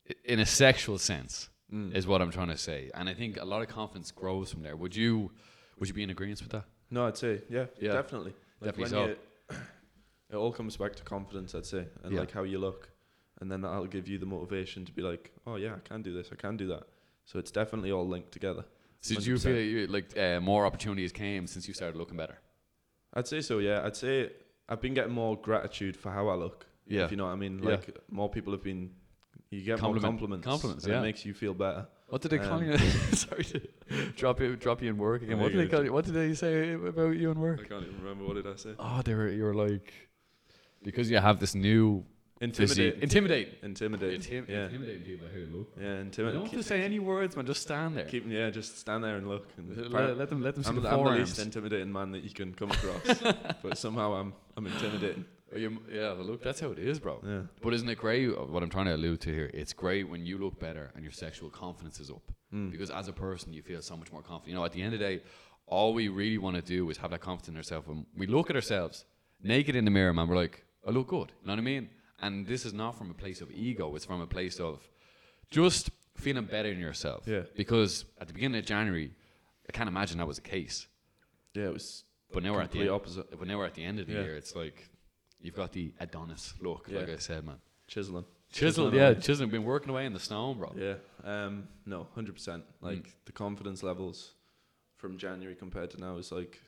[SPEAKER 1] i- in a sexual sense,
[SPEAKER 2] Mm.
[SPEAKER 1] is what I'm trying to say. And I think a lot of confidence grows from there. Would you would you be in agreement with that?
[SPEAKER 2] No, I'd say yeah,
[SPEAKER 1] Yeah.
[SPEAKER 2] definitely.
[SPEAKER 1] Definitely
[SPEAKER 2] when
[SPEAKER 1] so.
[SPEAKER 2] you- it all comes back to confidence, I'd say, and
[SPEAKER 1] Yeah.
[SPEAKER 2] like how you look, and then that'll give you the motivation to be like, oh yeah, I can do this, I can do that. So it's definitely all linked together.
[SPEAKER 1] So did you
[SPEAKER 2] 100%.
[SPEAKER 1] feel you, like uh, more opportunities came since you started looking better?
[SPEAKER 2] I'd say so. Yeah, I'd say I've been getting more gratitude for how I look.
[SPEAKER 1] Yeah.
[SPEAKER 2] if you know what I mean.
[SPEAKER 1] Yeah.
[SPEAKER 2] Like more people have been. You get more
[SPEAKER 1] Compliment-
[SPEAKER 2] compliments.
[SPEAKER 1] compliments,
[SPEAKER 2] and
[SPEAKER 1] yeah.
[SPEAKER 2] It makes you feel better.
[SPEAKER 1] What did they call
[SPEAKER 2] Um,
[SPEAKER 1] you? Sorry to drop you, drop you in work again.
[SPEAKER 2] No,
[SPEAKER 1] What did
[SPEAKER 2] you're
[SPEAKER 1] they call you? What did they say about you in work?
[SPEAKER 2] can't even remember what did I say.
[SPEAKER 1] Oh, they were you were like because you have this new
[SPEAKER 2] Intimidate.
[SPEAKER 1] intimidate,
[SPEAKER 2] Intimidate.
[SPEAKER 1] Intim-
[SPEAKER 2] yeah.
[SPEAKER 1] intimidate people who look.
[SPEAKER 2] yeah,
[SPEAKER 1] I don't
[SPEAKER 2] intimidate.
[SPEAKER 1] have
[SPEAKER 2] Keep,
[SPEAKER 1] to say any words, man. Just stand there.
[SPEAKER 2] keep- yeah, just stand there and look. And
[SPEAKER 1] Let-
[SPEAKER 2] apparent-
[SPEAKER 1] let, them let them see
[SPEAKER 2] I'm,
[SPEAKER 1] the
[SPEAKER 2] the, I'm the
[SPEAKER 1] forearms.
[SPEAKER 2] least intimidating man that you can come across, but somehow I'm I'm intimidating.
[SPEAKER 1] Oh, you- yeah, well, look, that's how it is, bro.
[SPEAKER 2] Yeah,
[SPEAKER 1] But isn't it great? uh, What I'm trying to allude to here, it's great when you look better and your sexual confidence is up. Because as a person, you feel so much more confident. You know, at the end of the day, all we really want to do is have that confidence in ourselves. And we look at ourselves naked in the mirror, man. We're like, I look good. You know what I mean? And this is not from a place of ego. It's from a place of just feeling better in yourself.
[SPEAKER 2] Yeah.
[SPEAKER 1] Because at the beginning of January, I can't imagine that was the case.
[SPEAKER 2] yeah, it was
[SPEAKER 1] But now we're at the
[SPEAKER 2] complete
[SPEAKER 1] end,
[SPEAKER 2] opposite.
[SPEAKER 1] but now we're at the end of the
[SPEAKER 2] Yeah.
[SPEAKER 1] year. It's like you've got the Adonis look, like
[SPEAKER 2] Yeah.
[SPEAKER 1] I said, man.
[SPEAKER 2] Chiseling.
[SPEAKER 1] Chisel,
[SPEAKER 2] Chiseling
[SPEAKER 1] yeah,
[SPEAKER 2] away.
[SPEAKER 1] chisel. Been working away in the snow, bro.
[SPEAKER 2] Yeah. Um. No. Hundred percent. Like the confidence levels from January compared to now is like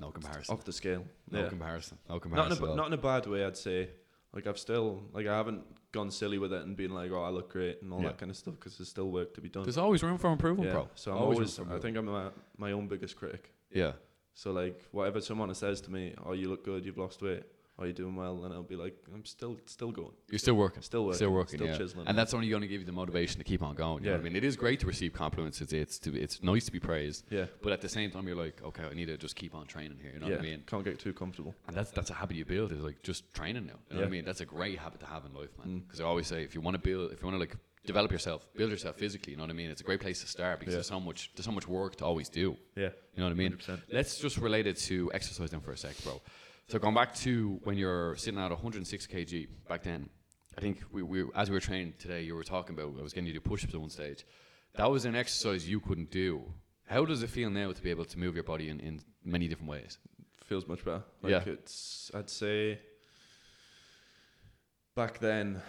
[SPEAKER 1] No comparison.
[SPEAKER 2] off the scale.
[SPEAKER 1] No
[SPEAKER 2] yeah.
[SPEAKER 1] comparison. No
[SPEAKER 2] Not
[SPEAKER 1] comparison.
[SPEAKER 2] in a,
[SPEAKER 1] at
[SPEAKER 2] ba-
[SPEAKER 1] all.
[SPEAKER 2] not in a bad way. I'd say. Like I've still like I haven't gone silly with it and been like oh I look great and all
[SPEAKER 1] Yeah.
[SPEAKER 2] that kind of stuff because there's still work to be done.
[SPEAKER 1] There's always room for improvement,
[SPEAKER 2] yeah.
[SPEAKER 1] bro.
[SPEAKER 2] So I'm
[SPEAKER 1] Always
[SPEAKER 2] always
[SPEAKER 1] room for
[SPEAKER 2] I think I'm my, my own biggest critic.
[SPEAKER 1] Yeah.
[SPEAKER 2] So like whatever someone says to me, oh you look good, you've lost weight, oh you're doing well, and I'll be like I'm still still going,
[SPEAKER 1] You're still working.
[SPEAKER 2] still working,
[SPEAKER 1] Still working,
[SPEAKER 2] still
[SPEAKER 1] yeah.
[SPEAKER 2] chiseling.
[SPEAKER 1] And that's only going to give you the motivation to keep on going. You know
[SPEAKER 2] Yeah.
[SPEAKER 1] what I mean? It is great to receive compliments. It's it's to, it's nice to be praised.
[SPEAKER 2] yeah,
[SPEAKER 1] But at the same time, you're like, okay, I need to just keep on training here. You know
[SPEAKER 2] yeah.
[SPEAKER 1] what I mean?
[SPEAKER 2] Can't get too comfortable.
[SPEAKER 1] And that's that's a habit you build is like just training now. You know what I
[SPEAKER 2] Yeah. Mm.
[SPEAKER 1] mean? That's a great habit to have in life, man. Because I always say if you want to build, if you want to like develop yourself, build yourself physically. You know what I mean? It's a great place to start because
[SPEAKER 2] Yeah.
[SPEAKER 1] there's so much there's so much work to always do.
[SPEAKER 2] Yeah,
[SPEAKER 1] You know what I mean?
[SPEAKER 2] 100%.
[SPEAKER 1] Let's just relate it to exercise then for a sec, bro. So going back to when you're sitting at 106 kg back then, I think we, we as we were training today, you were talking about I was getting you to do push-ups at one stage. That was an exercise you couldn't do. How does it feel now to be able to move your body in, in many different ways?
[SPEAKER 2] feels much better. Like
[SPEAKER 1] Yeah.
[SPEAKER 2] it's I'd say back then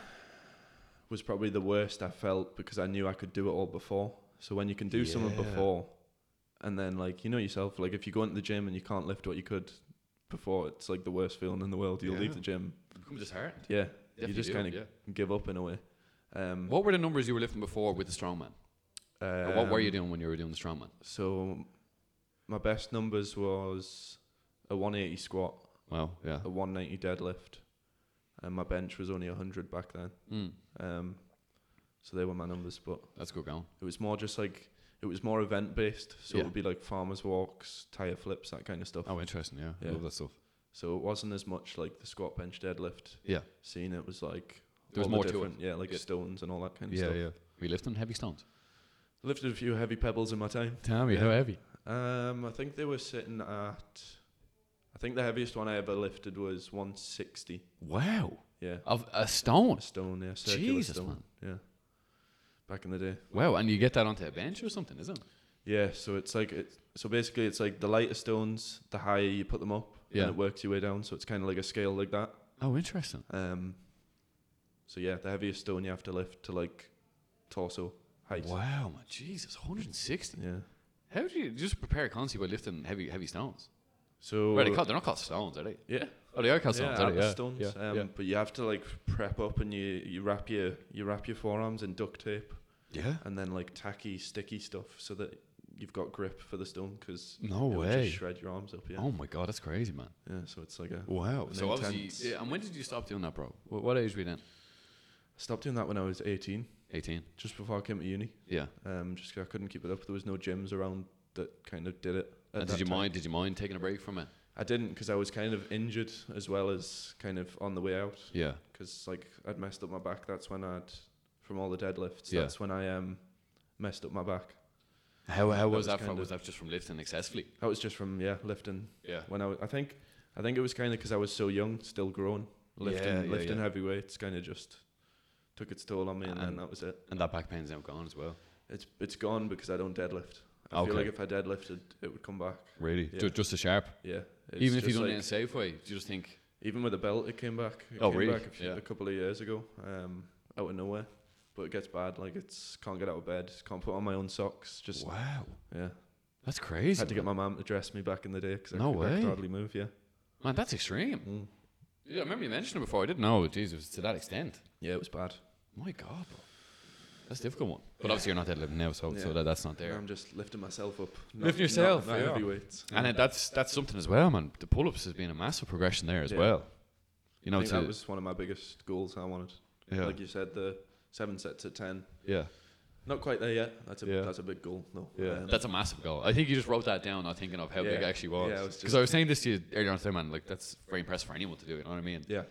[SPEAKER 2] was probably the worst I felt because I knew I could do it all before. So when you can do something
[SPEAKER 1] Yeah.
[SPEAKER 2] before, and then like you know yourself, like if you go into the gym and you can't lift what you could before, it's like the worst feeling in the world. You'll
[SPEAKER 1] Yeah.
[SPEAKER 2] leave the gym.
[SPEAKER 1] You become disheartened.
[SPEAKER 2] Yeah,
[SPEAKER 1] Definitely
[SPEAKER 2] you just
[SPEAKER 1] do,
[SPEAKER 2] kind of
[SPEAKER 1] yeah.
[SPEAKER 2] give up in a way. Um,
[SPEAKER 1] What were the numbers you were lifting before with the strongman? Or what were you doing when you were doing the strongman?
[SPEAKER 2] Um, So my best numbers was a 180 squat,
[SPEAKER 1] Well, yeah.
[SPEAKER 2] a 190 deadlift, and my bench was only 100 back then.
[SPEAKER 1] Mm,
[SPEAKER 2] Um, so they were my numbers, but
[SPEAKER 1] that's good going.
[SPEAKER 2] it was more just like it was more event based. So
[SPEAKER 1] Yeah.
[SPEAKER 2] it would be like farmers walks, tire flips, that kind of stuff.
[SPEAKER 1] Oh, interesting. Yeah.
[SPEAKER 2] Yeah.
[SPEAKER 1] Love that stuff.
[SPEAKER 2] So it wasn't as much like the squat, bench, deadlift
[SPEAKER 1] Yeah.
[SPEAKER 2] scene. It was like
[SPEAKER 1] There was
[SPEAKER 2] all
[SPEAKER 1] more to
[SPEAKER 2] the
[SPEAKER 1] it.
[SPEAKER 2] different, yeah, like
[SPEAKER 1] Yeah.
[SPEAKER 2] stones and all that kind of stuff.
[SPEAKER 1] Were you lifting heavy stones?
[SPEAKER 2] Lifted a few heavy pebbles in my time.
[SPEAKER 1] Tell me,
[SPEAKER 2] Yeah.
[SPEAKER 1] how heavy?
[SPEAKER 2] Um, I think they were sitting at. I think the heaviest one I ever lifted was 160.
[SPEAKER 1] Wow.
[SPEAKER 2] Yeah,
[SPEAKER 1] Of a
[SPEAKER 2] a
[SPEAKER 1] stone.
[SPEAKER 2] stone. Yeah, circular
[SPEAKER 1] Oh. Jesus,
[SPEAKER 2] stone. Yeah, back in the day.
[SPEAKER 1] Wow. And you get that onto a bench or something, isn't it?
[SPEAKER 2] Yeah, so it's like it. So basically, it's like the lighter stones, the higher you put them up,
[SPEAKER 1] Yeah.
[SPEAKER 2] and it works your way down. So it's kind of like a scale like that.
[SPEAKER 1] Oh, interesting.
[SPEAKER 2] Um, so yeah, the heaviest stone you have to lift to like torso height.
[SPEAKER 1] Wow, man. Jesus, 160.
[SPEAKER 2] Yeah.
[SPEAKER 1] How do you just prepare a concept by lifting heavy heavy stones?
[SPEAKER 2] So
[SPEAKER 1] Well, they're, called, they're not called stones, are they?
[SPEAKER 2] yeah,
[SPEAKER 1] Oh, they are called
[SPEAKER 2] yeah,
[SPEAKER 1] stones, are
[SPEAKER 2] upper
[SPEAKER 1] they? Yeah.
[SPEAKER 2] stones.
[SPEAKER 1] Yeah.
[SPEAKER 2] Um,
[SPEAKER 1] yeah.
[SPEAKER 2] But you have to like prep up and you you wrap your you wrap your forearms in duct tape
[SPEAKER 1] yeah.
[SPEAKER 2] and then like tacky sticky stuff so that you've got grip for the stone because
[SPEAKER 1] No way.
[SPEAKER 2] just shred your arms up. Yeah.
[SPEAKER 1] Oh, my God. That's crazy, man.
[SPEAKER 2] Yeah. So it's like a.
[SPEAKER 1] Wow.
[SPEAKER 2] An
[SPEAKER 1] So
[SPEAKER 2] intense-
[SPEAKER 1] obviously, yeah, and when did you stop doing that, bro? What, what age were you then?
[SPEAKER 2] Stopped doing that when I was 18,
[SPEAKER 1] 18.
[SPEAKER 2] just before I came to uni.
[SPEAKER 1] Yeah.
[SPEAKER 2] Um, just 'cause I couldn't keep it up. There was no gyms around that kind of did it.
[SPEAKER 1] And
[SPEAKER 2] at that
[SPEAKER 1] did you
[SPEAKER 2] time.
[SPEAKER 1] mind? Did you mind taking a break from it?
[SPEAKER 2] I didn't because I was kind of injured as well as kind of on the way out
[SPEAKER 1] Yeah.
[SPEAKER 2] because like I'd messed up my back. That's when I'd from all the deadlifts.
[SPEAKER 1] Yeah.
[SPEAKER 2] That's when I um messed up my back.
[SPEAKER 1] How, how was
[SPEAKER 2] was
[SPEAKER 1] that? From,
[SPEAKER 2] kinda-
[SPEAKER 1] was that just from lifting excessively?
[SPEAKER 2] That was just from yeah lifting
[SPEAKER 1] Yeah.
[SPEAKER 2] when I was, I think I think it was kind of because I was so young, still growing, lifting
[SPEAKER 1] Yeah, yeah,
[SPEAKER 2] lifting
[SPEAKER 1] yeah.
[SPEAKER 2] heavy weights. Kind of just took its toll on me, and, then
[SPEAKER 1] And-
[SPEAKER 2] that was it.
[SPEAKER 1] And that back pain's now gone as well.
[SPEAKER 2] It's it's gone because I don't deadlift. I
[SPEAKER 1] Okay.
[SPEAKER 2] feel like if I deadlifted, it would come back.
[SPEAKER 1] Really?
[SPEAKER 2] Yeah.
[SPEAKER 1] Ju- Just a sharp.
[SPEAKER 2] Yeah. It's
[SPEAKER 1] Even if you
[SPEAKER 2] just
[SPEAKER 1] don't
[SPEAKER 2] like-
[SPEAKER 1] it in a safe way, you just think,
[SPEAKER 2] Even with a belt, it came back. It
[SPEAKER 1] Oh,
[SPEAKER 2] came
[SPEAKER 1] really?
[SPEAKER 2] Back a, few,
[SPEAKER 1] Yeah.
[SPEAKER 2] a couple of years ago, um, out of nowhere. but it gets bad. Like it's can't get out of bed, can't put on my own socks. Just
[SPEAKER 1] Wow,
[SPEAKER 2] yeah,
[SPEAKER 1] that's crazy.
[SPEAKER 2] had to get my mum to dress me back in the day because I
[SPEAKER 1] No
[SPEAKER 2] could I could
[SPEAKER 1] way.
[SPEAKER 2] hardly move. Yeah,
[SPEAKER 1] Man, that's extreme.
[SPEAKER 2] Mm.
[SPEAKER 1] Yeah, I remember you mentioned it before. I didn't know. Jeez, it was to that extent.
[SPEAKER 2] yeah, it was bad.
[SPEAKER 1] My God, bro. that's a difficult one. But obviously, you're not deadlifting now, so so
[SPEAKER 2] Yeah.
[SPEAKER 1] that, that's not
[SPEAKER 2] And
[SPEAKER 1] there.
[SPEAKER 2] I'm just lifting myself up.
[SPEAKER 1] Lift yourself,
[SPEAKER 2] Not, not
[SPEAKER 1] yeah.
[SPEAKER 2] heavy weights.
[SPEAKER 1] And then that's that's something as well, man. The pull-ups has been a massive progression there as
[SPEAKER 2] Yeah.
[SPEAKER 1] well. You
[SPEAKER 2] I
[SPEAKER 1] know,
[SPEAKER 2] think
[SPEAKER 1] to,
[SPEAKER 2] that was one of my biggest goals. I wanted,
[SPEAKER 1] yeah,
[SPEAKER 2] like you said, the seven sets at ten.
[SPEAKER 1] yeah,
[SPEAKER 2] Not quite there yet. That's a
[SPEAKER 1] Yeah.
[SPEAKER 2] that's a big goal though.
[SPEAKER 1] yeah.
[SPEAKER 2] Um,
[SPEAKER 1] That's a massive goal. I think you just wrote that down, not thinking of how big it
[SPEAKER 2] Yeah.
[SPEAKER 1] actually was.
[SPEAKER 2] Yeah, I was
[SPEAKER 1] Because
[SPEAKER 2] just-
[SPEAKER 1] I was saying this to you earlier on today, man. Like that's very impressive for anyone to do. You know what I mean?
[SPEAKER 2] yeah,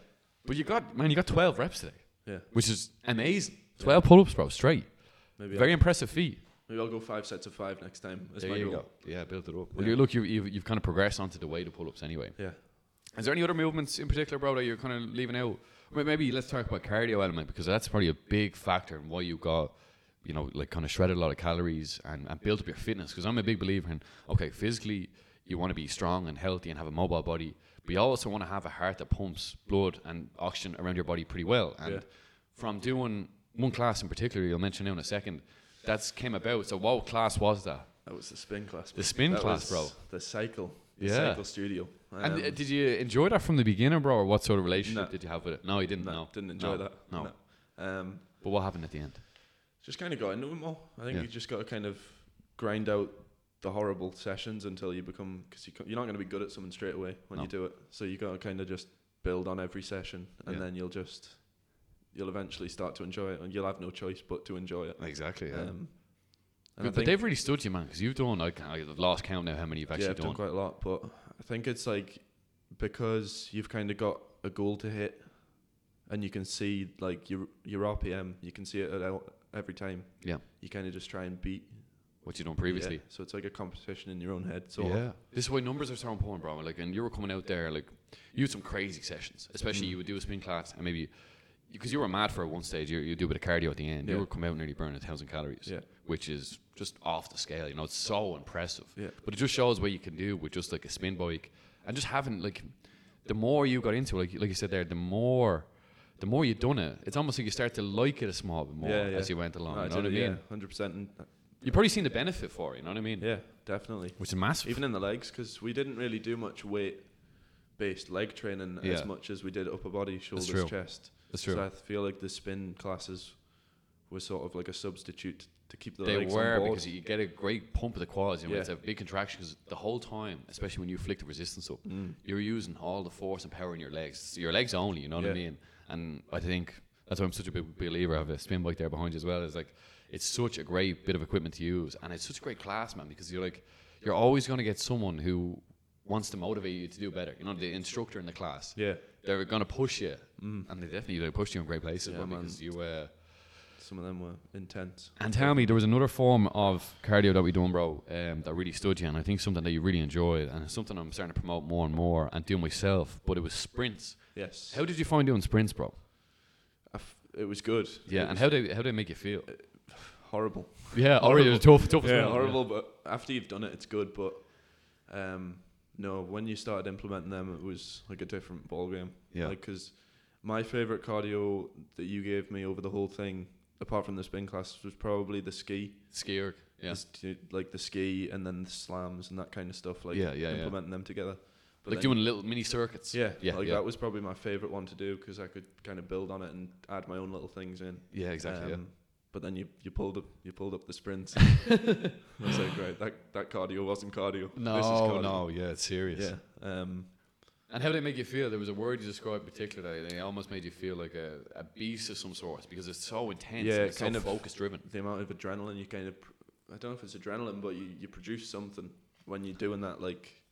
[SPEAKER 1] But you got man, you got 12 reps today,
[SPEAKER 2] yeah.
[SPEAKER 1] which is amazing. 12 pull-ups, bro, straight.
[SPEAKER 2] Maybe
[SPEAKER 1] Very impressive feat.
[SPEAKER 2] I'll, maybe I'll go five sets of five next time. That's
[SPEAKER 1] There
[SPEAKER 2] my
[SPEAKER 1] you
[SPEAKER 2] goal.
[SPEAKER 1] go. Yeah, built it up. Well,
[SPEAKER 2] Yeah.
[SPEAKER 1] you look, you've, you've, you've kind of progressed onto the way to pull ups anyway.
[SPEAKER 2] Yeah.
[SPEAKER 1] Is there any other movements in particular, bro, that you're kind of leaving out? May- Maybe let's talk about cardio element because that's probably a big factor in why you got, you know, like kind of shredded a lot of calories and, and built up your fitness. Because I'm a big believer in okay, physically you want to be strong and healthy and have a mobile body, but you also want to have a heart that pumps blood and oxygen around your body pretty well. And
[SPEAKER 2] Yeah.
[SPEAKER 1] from doing one class in particular, you'll mention now in a second, that's came about. So what class was that?
[SPEAKER 2] That was the spin class.
[SPEAKER 1] The spin
[SPEAKER 2] That
[SPEAKER 1] class,
[SPEAKER 2] was
[SPEAKER 1] bro.
[SPEAKER 2] The cycle. The
[SPEAKER 1] Yeah.
[SPEAKER 2] cycle studio.
[SPEAKER 1] And
[SPEAKER 2] Um,
[SPEAKER 1] uh, did you enjoy that from the beginning, bro, or what sort of relationship
[SPEAKER 2] No.
[SPEAKER 1] did you have with it? No, you didn't.
[SPEAKER 2] no,
[SPEAKER 1] No,
[SPEAKER 2] didn't
[SPEAKER 1] No.
[SPEAKER 2] enjoy that.
[SPEAKER 1] No.
[SPEAKER 2] Um,
[SPEAKER 1] But what happened at the end?
[SPEAKER 2] just kind of got into it more. I think
[SPEAKER 1] Yeah.
[SPEAKER 2] you just got to kind of grind out the horrible sessions until you become because you co- you're not going to be good at something straight away when you
[SPEAKER 1] No.
[SPEAKER 2] do it. So you got to kind of just build on every session, and
[SPEAKER 1] Yeah.
[SPEAKER 2] then you'll just you'll eventually start to enjoy it, and you'll have no choice but to enjoy it.
[SPEAKER 1] Exactly.
[SPEAKER 2] Um, and I
[SPEAKER 1] but, but
[SPEAKER 2] think-
[SPEAKER 1] they've really stood you, man, because you've done. uh, I can't- I've lost count now how many you've actually
[SPEAKER 2] yeah, I've done
[SPEAKER 1] done.
[SPEAKER 2] quite a lot, but I think it's like because you've kind of got a goal to hit, and you can see like your your RPM, you can see it at el- every time.
[SPEAKER 1] Yeah.
[SPEAKER 2] you kind of just try and beat
[SPEAKER 1] What you done previously.
[SPEAKER 2] Yeah, so it's like a competition in your own head. So
[SPEAKER 1] yeah. This is why numbers are so important, bro. Like, and you were coming out there, like, you had some crazy sessions.
[SPEAKER 2] Mm.
[SPEAKER 1] Especially you would do a spin class, and maybe because you were mad for it at one stage, you you do a bit of cardio at the end. You
[SPEAKER 2] Yeah.
[SPEAKER 1] were coming out and nearly burning a thousand calories,
[SPEAKER 2] Yeah.
[SPEAKER 1] which is just off the scale. You know, it's so impressive.
[SPEAKER 2] Yeah.
[SPEAKER 1] But it just shows what you can do with just like a spin bike, and just having like, the more you got into, it, like like you said there, the more. The more you've done it, it's almost like you start to like it a small bit more
[SPEAKER 2] Yeah, yeah.
[SPEAKER 1] as you went along.
[SPEAKER 2] No,
[SPEAKER 1] you
[SPEAKER 2] I
[SPEAKER 1] know what I
[SPEAKER 2] did
[SPEAKER 1] mean?
[SPEAKER 2] it, yeah, hundred percent. uh,
[SPEAKER 1] You've probably seen the benefit for it. You know what I mean?
[SPEAKER 2] Yeah, definitely.
[SPEAKER 1] Which is massive.
[SPEAKER 2] Even in the legs, because we didn't really do much weight based leg training
[SPEAKER 1] Yeah.
[SPEAKER 2] as much as we did upper body, shoulders,
[SPEAKER 1] true.
[SPEAKER 2] chest.
[SPEAKER 1] That's
[SPEAKER 2] So I feel like the spin classes were sort of like a substitute to keep the
[SPEAKER 1] They
[SPEAKER 2] legs
[SPEAKER 1] were
[SPEAKER 2] on board.
[SPEAKER 1] because you get a great pump of the quads. You know,
[SPEAKER 2] Yeah.
[SPEAKER 1] it's a big contraction because the whole time, especially when you flick the resistance up,
[SPEAKER 2] Mm.
[SPEAKER 1] you're using all the force and power in your legs. It's your legs only. You know what I
[SPEAKER 2] Yeah.
[SPEAKER 1] mean? And I think that's why I'm such a big believer of a spin bike there behind you as well. Is like it's such a great bit of equipment to use, and it's such a great class, man. Because you're like you're always going to get someone who wants to motivate you to do better. You know, the instructor in the class.
[SPEAKER 2] yeah, Mm.
[SPEAKER 1] They're going to push you, and they definitely they pushed you in great places
[SPEAKER 2] Yeah,
[SPEAKER 1] man,
[SPEAKER 2] man.
[SPEAKER 1] because you uh, were.
[SPEAKER 2] some of them were intense.
[SPEAKER 1] And tell me, there was another form of cardio that we done, bro, um, that really stood you, and I think something that you really enjoyed, and it's something I'm starting to promote more and more and do myself. But it was sprints.
[SPEAKER 2] Yes,
[SPEAKER 1] How did you find doing sprints, bro?
[SPEAKER 2] I f- it was good.
[SPEAKER 1] Yeah,
[SPEAKER 2] It
[SPEAKER 1] and
[SPEAKER 2] was
[SPEAKER 1] how did how did it make you feel?
[SPEAKER 2] horrible.
[SPEAKER 1] Yeah, already it was tough, tough as
[SPEAKER 2] yeah,
[SPEAKER 1] well,
[SPEAKER 2] horrible. But after you've done it, it's good. But um, no, when you started implementing them, it was like a different ball game.
[SPEAKER 1] Yeah.
[SPEAKER 2] because my favorite cardio that you gave me over the whole thing, apart from the spin class, was probably the ski.
[SPEAKER 1] Ski erg. Yeah.
[SPEAKER 2] This- like the ski and then the slams and that kind of stuff. Like
[SPEAKER 1] Yeah, yeah, yeah.
[SPEAKER 2] implementing them together.
[SPEAKER 1] like
[SPEAKER 2] then-
[SPEAKER 1] doing little mini circuits.
[SPEAKER 2] Yeah,
[SPEAKER 1] yeah,
[SPEAKER 2] like
[SPEAKER 1] yeah.
[SPEAKER 2] that was probably my favorite one to do because I could kind of build on it and add my own little things in.
[SPEAKER 1] yeah, exactly.
[SPEAKER 2] Um, But then you, you pulled up you pulled up the sprints. I was like, right, that, that cardio wasn't cardio.
[SPEAKER 1] yeah. No,
[SPEAKER 2] this is cardio.
[SPEAKER 1] no, yeah, it's serious.
[SPEAKER 2] Yeah. Um,
[SPEAKER 1] And how did it make you feel? There was a word you described particularly that it almost made you feel like a, a beast of some sort because it's so intense.
[SPEAKER 2] Yeah,
[SPEAKER 1] and it's
[SPEAKER 2] kind
[SPEAKER 1] so
[SPEAKER 2] of-
[SPEAKER 1] focus driven.
[SPEAKER 2] the amount of adrenaline you kind of, pr- I don't know if it's adrenaline, but you, you produce something when you're doing that. Like,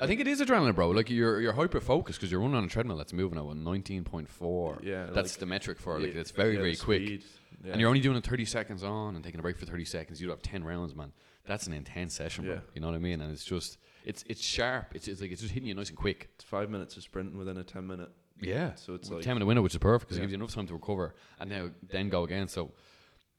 [SPEAKER 1] I think it is adrenaline, bro. Like you're you're hyper focused because you're running on a treadmill that's moving at nineteen point four.
[SPEAKER 2] Yeah,
[SPEAKER 1] that's
[SPEAKER 2] like-
[SPEAKER 1] the metric for it. like
[SPEAKER 2] yeah,
[SPEAKER 1] it's very
[SPEAKER 2] yeah,
[SPEAKER 1] very
[SPEAKER 2] the
[SPEAKER 1] quick,
[SPEAKER 2] speed, yeah.
[SPEAKER 1] and you're only doing it thirty seconds on and taking a break for thirty seconds. You'd have ten rounds, man. That's an intense session, bro.
[SPEAKER 2] Yeah.
[SPEAKER 1] You know what I mean? And it's just it's it's sharp. It's, it's like it's just hitting you nice and quick.
[SPEAKER 2] it's five minutes of sprinting within a ten minute.
[SPEAKER 1] Yeah,
[SPEAKER 2] So it's
[SPEAKER 1] with
[SPEAKER 2] like-
[SPEAKER 1] ten minute window, which is perfect because it
[SPEAKER 2] Yeah.
[SPEAKER 1] gives you enough time to recover and now then go again. So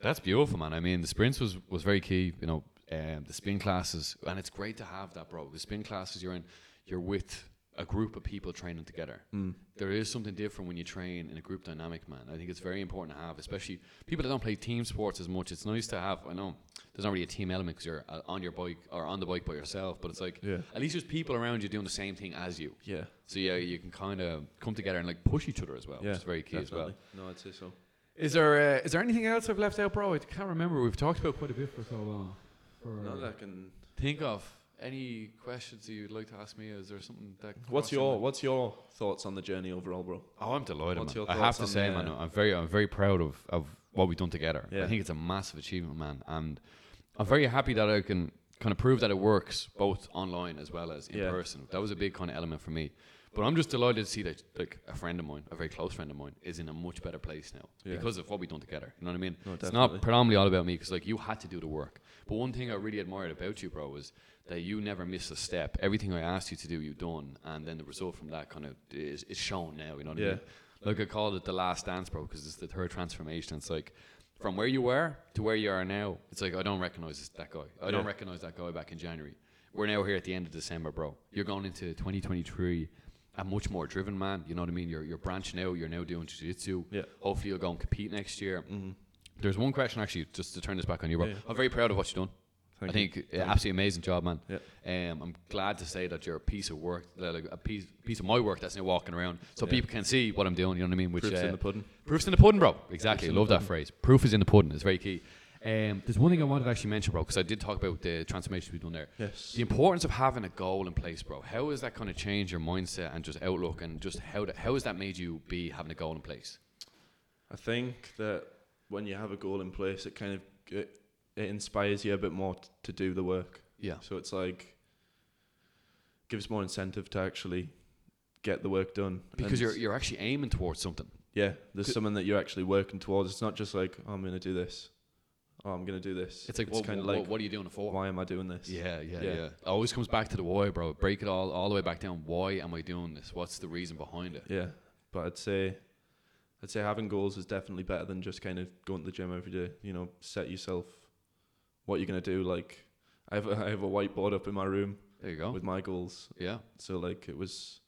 [SPEAKER 1] that's beautiful, man. I mean, the sprints was was very key. You know, um, the spin classes, and it's great to have that, bro. The spin classes you're in, you're with a group of people training together.
[SPEAKER 2] Mm.
[SPEAKER 1] There is something different when you train in a group dynamic, man. I think it's very important to have, especially people that don't play team sports as much. It's nice to have. I know there's not really a team element because you're uh, on your bike or on the bike by yourself, but it's like
[SPEAKER 2] Yeah.
[SPEAKER 1] at least there's people around you doing the same thing as you.
[SPEAKER 2] Yeah.
[SPEAKER 1] So yeah, you can kind of come together and like push each other as well,
[SPEAKER 2] yeah.
[SPEAKER 1] which is very key as well.
[SPEAKER 2] definitely. No, I'd say so.
[SPEAKER 1] Is there uh, is there anything else I've left out, bro? I can't remember. We've talked about quite a bit for so long. For uh,
[SPEAKER 2] Not that I can.
[SPEAKER 1] think of any questions that you'd like to ask me. Is there something that?
[SPEAKER 2] What's
[SPEAKER 1] crossed your
[SPEAKER 2] your
[SPEAKER 1] mind?
[SPEAKER 2] What's your thoughts on the journey overall, bro?
[SPEAKER 1] Oh, I'm delighted.
[SPEAKER 2] What's
[SPEAKER 1] man.
[SPEAKER 2] your
[SPEAKER 1] I have
[SPEAKER 2] thoughts
[SPEAKER 1] to
[SPEAKER 2] on
[SPEAKER 1] say,
[SPEAKER 2] the- uh,
[SPEAKER 1] man, I'm very, I'm very proud of, of what we've done together. I
[SPEAKER 2] Yeah.
[SPEAKER 1] think it's a massive achievement, man, and I'm very happy that I can kind of prove that it works both online as well as in
[SPEAKER 2] Yeah.
[SPEAKER 1] person. That was a big kind of element for me. But I'm just delighted to see that like a friend of mine, a very close friend of mine, is in a much better place now
[SPEAKER 2] Yeah.
[SPEAKER 1] because of what we've done together. You know what I mean?
[SPEAKER 2] No,
[SPEAKER 1] it's
[SPEAKER 2] definitely.
[SPEAKER 1] not predominantly all about me because like you had to do the work. But one thing I really admired about you, bro, was that you never missed a step. Everything I asked you to do, you done, and then the result from that kind of is, is shown now. You know what I
[SPEAKER 2] Yeah.
[SPEAKER 1] mean? Like I called it the last dance, bro, because it's the third transformation. It's like from where you were to where you are now. It's like I don't recognize this, that guy. I don't
[SPEAKER 2] Yeah.
[SPEAKER 1] recognize that guy back in January. We're now here at the end of December, bro. You're going into 2023 a much more driven man. You know what I mean? You're you're branching out. You're now doing jiu-jitsu.
[SPEAKER 2] Yeah.
[SPEAKER 1] Hopefully, you'll go and compete next year. There's one question actually, just to turn this back on you, bro.
[SPEAKER 2] Yeah.
[SPEAKER 1] I'm very proud of what you've done.
[SPEAKER 2] Thank
[SPEAKER 1] I think uh, absolutely amazing job, man.
[SPEAKER 2] Yeah.
[SPEAKER 1] Um, I'm glad to say that you're a piece of work, like a piece piece of my work that's now walking around, so
[SPEAKER 2] Yeah.
[SPEAKER 1] people can see what I'm doing. You know what I mean? Which
[SPEAKER 2] Proof's
[SPEAKER 1] uh,
[SPEAKER 2] in the pudding.
[SPEAKER 1] Proof's in the pudding, bro. Exactly.
[SPEAKER 2] in
[SPEAKER 1] Love
[SPEAKER 2] the
[SPEAKER 1] that phrase. Proof is in the pudding. It's very key. Um, there's one thing I wanted to actually mention, bro, because I did talk about the transformation we've done there.
[SPEAKER 2] Yes.
[SPEAKER 1] The importance of having a goal in place, bro. How has that kind of changed your mindset and just outlook, and just how that, how has that made you be having a goal in place?
[SPEAKER 2] I think that when you have a goal in place, it kind of it, it inspires you a bit more t- to do the work.
[SPEAKER 1] Yeah.
[SPEAKER 2] So it's like gives more incentive to actually get the work done And
[SPEAKER 1] Because you're
[SPEAKER 2] s-
[SPEAKER 1] you're actually aiming towards something.
[SPEAKER 2] yeah. There's something that you're actually working towards. It's not just like oh, I'm gonna do this. Oh, I'm gonna do this.
[SPEAKER 1] It's like, what,
[SPEAKER 2] kind of
[SPEAKER 1] what,
[SPEAKER 2] like
[SPEAKER 1] what are you doing it for?
[SPEAKER 2] why am I doing this?
[SPEAKER 1] Yeah, yeah, yeah,
[SPEAKER 2] Yeah.
[SPEAKER 1] It always comes back to the why, bro. Break it all all the way back down. Why am I doing this? What's the reason behind it?
[SPEAKER 2] Yeah, but I'd say, I'd say having goals is definitely better than just kind of going to the gym every day. You know, set yourself what you're gonna do. Like, I have a, I have a whiteboard up in my room
[SPEAKER 1] There you go.
[SPEAKER 2] with my goals,
[SPEAKER 1] yeah.
[SPEAKER 2] so like it was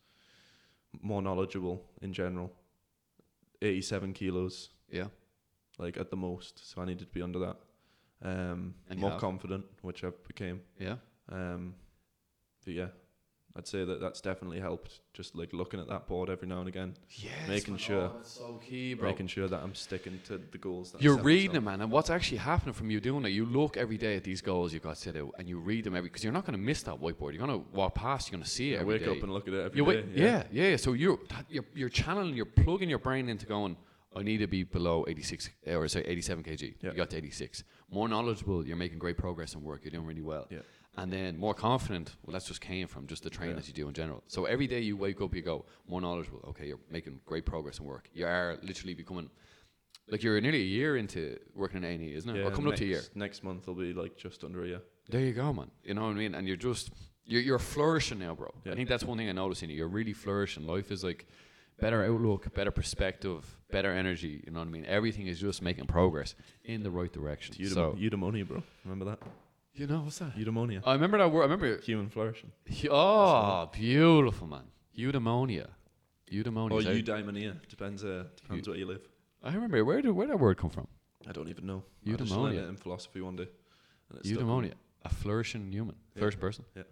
[SPEAKER 2] more knowledgeable in general. 87 kilos,
[SPEAKER 1] Yeah.
[SPEAKER 2] like at the most, so I needed to be under that. Um,
[SPEAKER 1] And you
[SPEAKER 2] more
[SPEAKER 1] have?
[SPEAKER 2] confident, which I became.
[SPEAKER 1] Yeah.
[SPEAKER 2] Um, but yeah, I'd say that that's definitely helped. Just like looking at that board every now and again.
[SPEAKER 1] Yeah.
[SPEAKER 2] Making sure-
[SPEAKER 1] Oh, that's so key, bro.
[SPEAKER 2] making sure that I'm sticking to the goals. That I
[SPEAKER 1] You're
[SPEAKER 2] set
[SPEAKER 1] reading them,
[SPEAKER 2] myself.
[SPEAKER 1] man, and what's actually happening from you doing it? You look every day at these goals you've got set out, and you read them every because you're not going to miss that whiteboard. You're going to walk past. You're going to see it.
[SPEAKER 2] I
[SPEAKER 1] every
[SPEAKER 2] wake
[SPEAKER 1] day.
[SPEAKER 2] up and look at it every day.
[SPEAKER 1] You wait, yeah. yeah, So you're, that- you're you're channeling, you're plugging your brain into going. I need to be below 86 eh, or sorry, 87 kg.
[SPEAKER 2] Yeah.
[SPEAKER 1] You got to 86. More knowledgeable. You're making great progress in work. You're doing really well.
[SPEAKER 2] Yeah.
[SPEAKER 1] And then more confident. Well, that's just came from just the training
[SPEAKER 2] Yeah.
[SPEAKER 1] that you do in general. So every day you wake up, you go more knowledgeable. Okay, you're making great progress in work. You are literally becoming like you're nearly a year into working in A&E, isn't it? or coming
[SPEAKER 2] next,
[SPEAKER 1] up to a year.
[SPEAKER 2] Next month will be like just under a year.
[SPEAKER 1] There you go, man. You know what I mean? And you're just you're, you're flourishing now, bro. I
[SPEAKER 2] Yeah.
[SPEAKER 1] think that's one thing I noticed in you. You're really flourishing. Life is like better outlook, better perspective, better energy. You know what I mean? Everything is just making progress in the right direction.
[SPEAKER 2] It's
[SPEAKER 1] so Oh.
[SPEAKER 2] eudaimo- eudaimonia, bro. Remember that?
[SPEAKER 1] you know what's that?
[SPEAKER 2] Eudaimonia.
[SPEAKER 1] I remember that word. I remember.
[SPEAKER 2] Human flourishing.
[SPEAKER 1] Oh, beautiful, man. Eudaimonia. Eudaimonia.
[SPEAKER 2] Or
[SPEAKER 1] is that-
[SPEAKER 2] eudaimonia. Depends, uh, depends where you live.
[SPEAKER 1] I remember. Where did where did that word come from?
[SPEAKER 2] I don't even know. I just learned
[SPEAKER 1] Eudaimonia.
[SPEAKER 2] it in philosophy one day. and it stuck with me.
[SPEAKER 1] Eudaimonia. A flourishing human.
[SPEAKER 2] Yeah.
[SPEAKER 1] First person.
[SPEAKER 2] Yeah.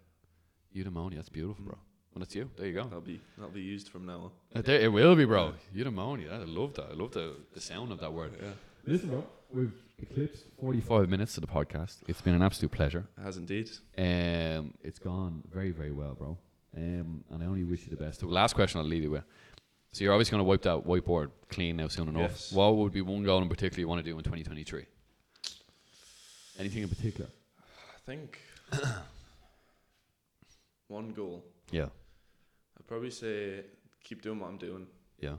[SPEAKER 2] Mm.
[SPEAKER 1] Eudaimonia. That's beautiful, bro. And it's you. There you go.
[SPEAKER 2] That'll be, that'll be used from now on.
[SPEAKER 1] Uh, there- it will be, bro. Eudaimonia. I love that. I love the, the sound of that word.
[SPEAKER 2] Yeah.
[SPEAKER 1] Listen, bro, we've eclipsed 45 minutes of the podcast. It's been an absolute pleasure.
[SPEAKER 2] It has indeed.
[SPEAKER 1] Um, it's gone very, very well, bro. Um, and I only wish you the best. The last question I'll leave you with. So you're obviously going to wipe that whiteboard clean now soon enough.
[SPEAKER 2] Yes.
[SPEAKER 1] What would be one goal in particular you want to do in 2023? Anything in particular?
[SPEAKER 2] I think one goal.
[SPEAKER 1] Yeah.
[SPEAKER 2] I'd probably say keep doing what I'm doing.
[SPEAKER 1] Yeah.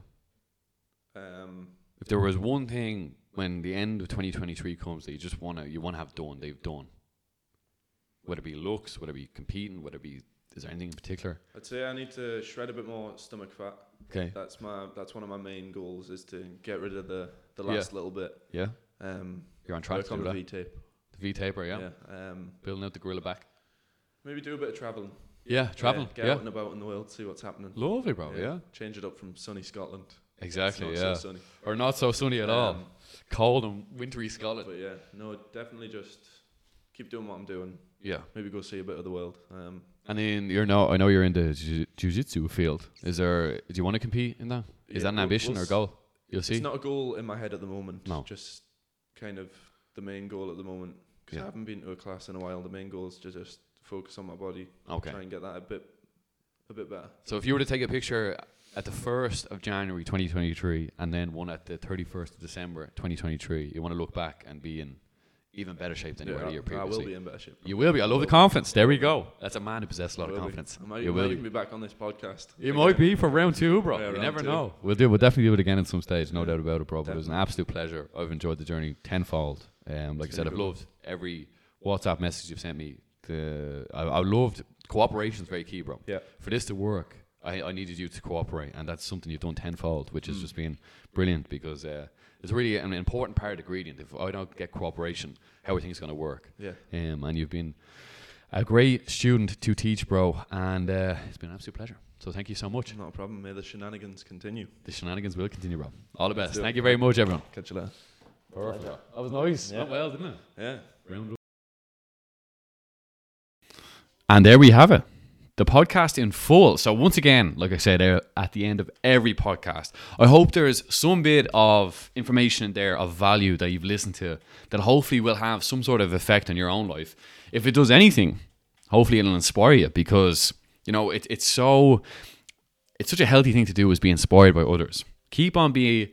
[SPEAKER 2] Um,
[SPEAKER 1] If there was one thing when the end of 2023 comes that you just want to, you want to have done, they've done. Whether it be looks, whether it be competing, whether it be, is there anything in particular?
[SPEAKER 2] I'd say I need to shred a bit more stomach fat.
[SPEAKER 1] Okay.
[SPEAKER 2] That's my that's one of my main goals is to get rid of the the
[SPEAKER 1] Yeah.
[SPEAKER 2] last little bit.
[SPEAKER 1] Yeah.
[SPEAKER 2] Um,
[SPEAKER 1] You're on track
[SPEAKER 2] work
[SPEAKER 1] to
[SPEAKER 2] on
[SPEAKER 1] do
[SPEAKER 2] the
[SPEAKER 1] that.
[SPEAKER 2] V tape.
[SPEAKER 1] The V taper, yeah.
[SPEAKER 2] Um,
[SPEAKER 1] Building out the gorilla back.
[SPEAKER 2] maybe do a bit of traveling.
[SPEAKER 1] Yeah, traveling.
[SPEAKER 2] get
[SPEAKER 1] Yeah,
[SPEAKER 2] out and about in the world, see what's happening.
[SPEAKER 1] lovely, bro. Yeah,
[SPEAKER 2] change it up from sunny Scotland. It's
[SPEAKER 1] exactly.
[SPEAKER 2] not
[SPEAKER 1] Yeah,
[SPEAKER 2] so sunny.
[SPEAKER 1] or not so sunny at all.
[SPEAKER 2] Um,
[SPEAKER 1] Cold and wintry Scotland.
[SPEAKER 2] But yeah, no, definitely just keep doing what I'm doing.
[SPEAKER 1] Yeah,
[SPEAKER 2] Maybe go see a bit of the world. Um,
[SPEAKER 1] and in you're no, I know you're in the jiu- jiu-jitsu field. Is there? Do you want to compete in that? Is
[SPEAKER 2] yeah,
[SPEAKER 1] that an
[SPEAKER 2] we'll-
[SPEAKER 1] ambition
[SPEAKER 2] we'll
[SPEAKER 1] or
[SPEAKER 2] s-
[SPEAKER 1] goal? You'll see.
[SPEAKER 2] It's not a goal in my head at the moment.
[SPEAKER 1] No.
[SPEAKER 2] Just kind of the main goal at the moment. Because
[SPEAKER 1] Yeah.
[SPEAKER 2] I haven't been to a class in a while. The main goal is to just focus on my body,
[SPEAKER 1] okay.
[SPEAKER 2] try and get that a bit, a bit better.
[SPEAKER 1] So if you were to take a picture at the first of January 2023 and then one at the 31st of December 2023, you want to look back and be in even better shape than you were
[SPEAKER 2] I-
[SPEAKER 1] the year
[SPEAKER 2] I
[SPEAKER 1] previously.
[SPEAKER 2] will be in better shape.
[SPEAKER 1] You will be. I love the confidence. There we go. That's a man who possesses a lot
[SPEAKER 2] I
[SPEAKER 1] of
[SPEAKER 2] will be.
[SPEAKER 1] confidence.
[SPEAKER 2] I might,
[SPEAKER 1] You
[SPEAKER 2] might
[SPEAKER 1] will
[SPEAKER 2] even
[SPEAKER 1] be.
[SPEAKER 2] be back on this podcast.
[SPEAKER 1] You
[SPEAKER 2] Again.
[SPEAKER 1] might be for round two, bro.
[SPEAKER 2] Yeah,
[SPEAKER 1] you
[SPEAKER 2] round
[SPEAKER 1] never
[SPEAKER 2] two.
[SPEAKER 1] know. We'll do. We'll definitely do it again at some stage. No
[SPEAKER 2] Yeah.
[SPEAKER 1] doubt about it, bro. But it was an absolute pleasure. I've enjoyed the journey tenfold. Um, like I
[SPEAKER 2] It's
[SPEAKER 1] said,
[SPEAKER 2] been a
[SPEAKER 1] I've
[SPEAKER 2] good one.
[SPEAKER 1] loved every WhatsApp message you've sent me. The I, I loved cooperation's very key, bro.
[SPEAKER 2] Yeah.
[SPEAKER 1] For this to work, I, I needed you to cooperate, and that's something you've done tenfold, which has
[SPEAKER 2] Mm.
[SPEAKER 1] just been brilliant because uh, it's really an important part of the ingredient. If I don't get cooperation, how are things going to work?
[SPEAKER 2] Yeah.
[SPEAKER 1] Um, and you've been a great student to teach, bro. And uh, it's been an absolute pleasure. So thank you so much.
[SPEAKER 2] Not a problem. May the shenanigans continue.
[SPEAKER 1] The shenanigans will continue, bro. All the best.
[SPEAKER 2] do it.
[SPEAKER 1] Thank you very much, everyone.
[SPEAKER 2] Catch you later.
[SPEAKER 1] Perfect. That was nice.
[SPEAKER 2] Yeah.
[SPEAKER 1] Went well, didn't it?
[SPEAKER 2] Yeah.
[SPEAKER 1] And there we have it. The podcast in full. So once again, like I said uh, at the end of every podcast, I hope there's some bit of information in there of value that you've listened to that hopefully will have some sort of effect on your own life. If it does anything, hopefully it'll inspire you because you know it, it's so it's such a healthy thing to do is be inspired by others. Keep on being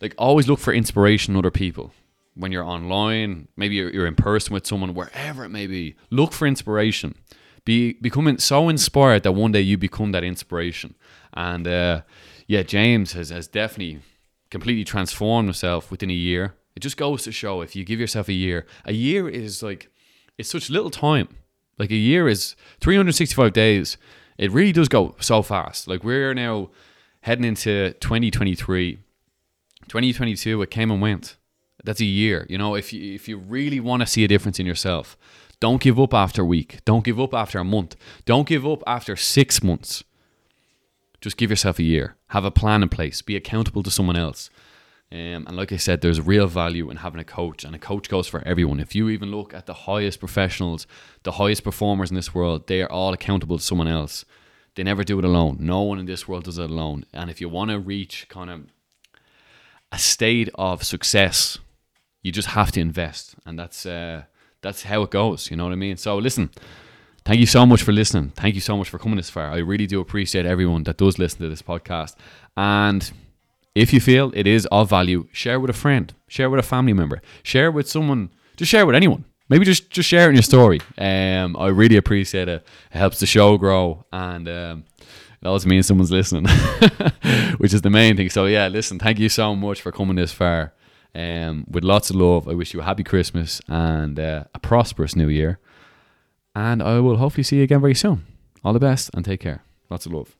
[SPEAKER 1] like always look for inspiration in other people. When you're online, maybe you're, you're in person with someone, wherever it may be, look for inspiration. Be becoming so inspired that one day you become that inspiration. And uh, yeah, James has, has definitely completely transformed himself within a year. It just goes to show if you give yourself a year, a year is like it's such little time. Like a year is 365 days. It really does go so fast. Like we're now heading into 2023. 2022 it came and went that's a year you know if you if you really want to see a difference in yourself don't give up after a week don't give up after a month don't give up after six months just give yourself a year have a plan in place be accountable to someone else um, and like i said there's real value in having a coach and a coach goes for everyone if you even look at the highest professionals the highest performers in this world they are all accountable to someone else they never do it alone no one in this world does it alone and if you want to reach kind of a state of success, you just have to invest, and that's uh, that's how it goes. You know what I mean? So listen, thank you so much for listening. Thank you so much for coming this far. I really do appreciate everyone that does listen to this podcast. And if you feel it is of value, share with a friend, share with a family member, share with someone, just share with anyone. Maybe just just share it in your story. Um, I really appreciate it. It helps the show grow, and um, it also means someone's listening, which is the main thing. So yeah, listen, thank you so much for coming this far. Um, with lots of love, I wish you a happy Christmas and uh, a prosperous New Year. And I will hopefully see you again very soon. All the best and take care. Lots of love.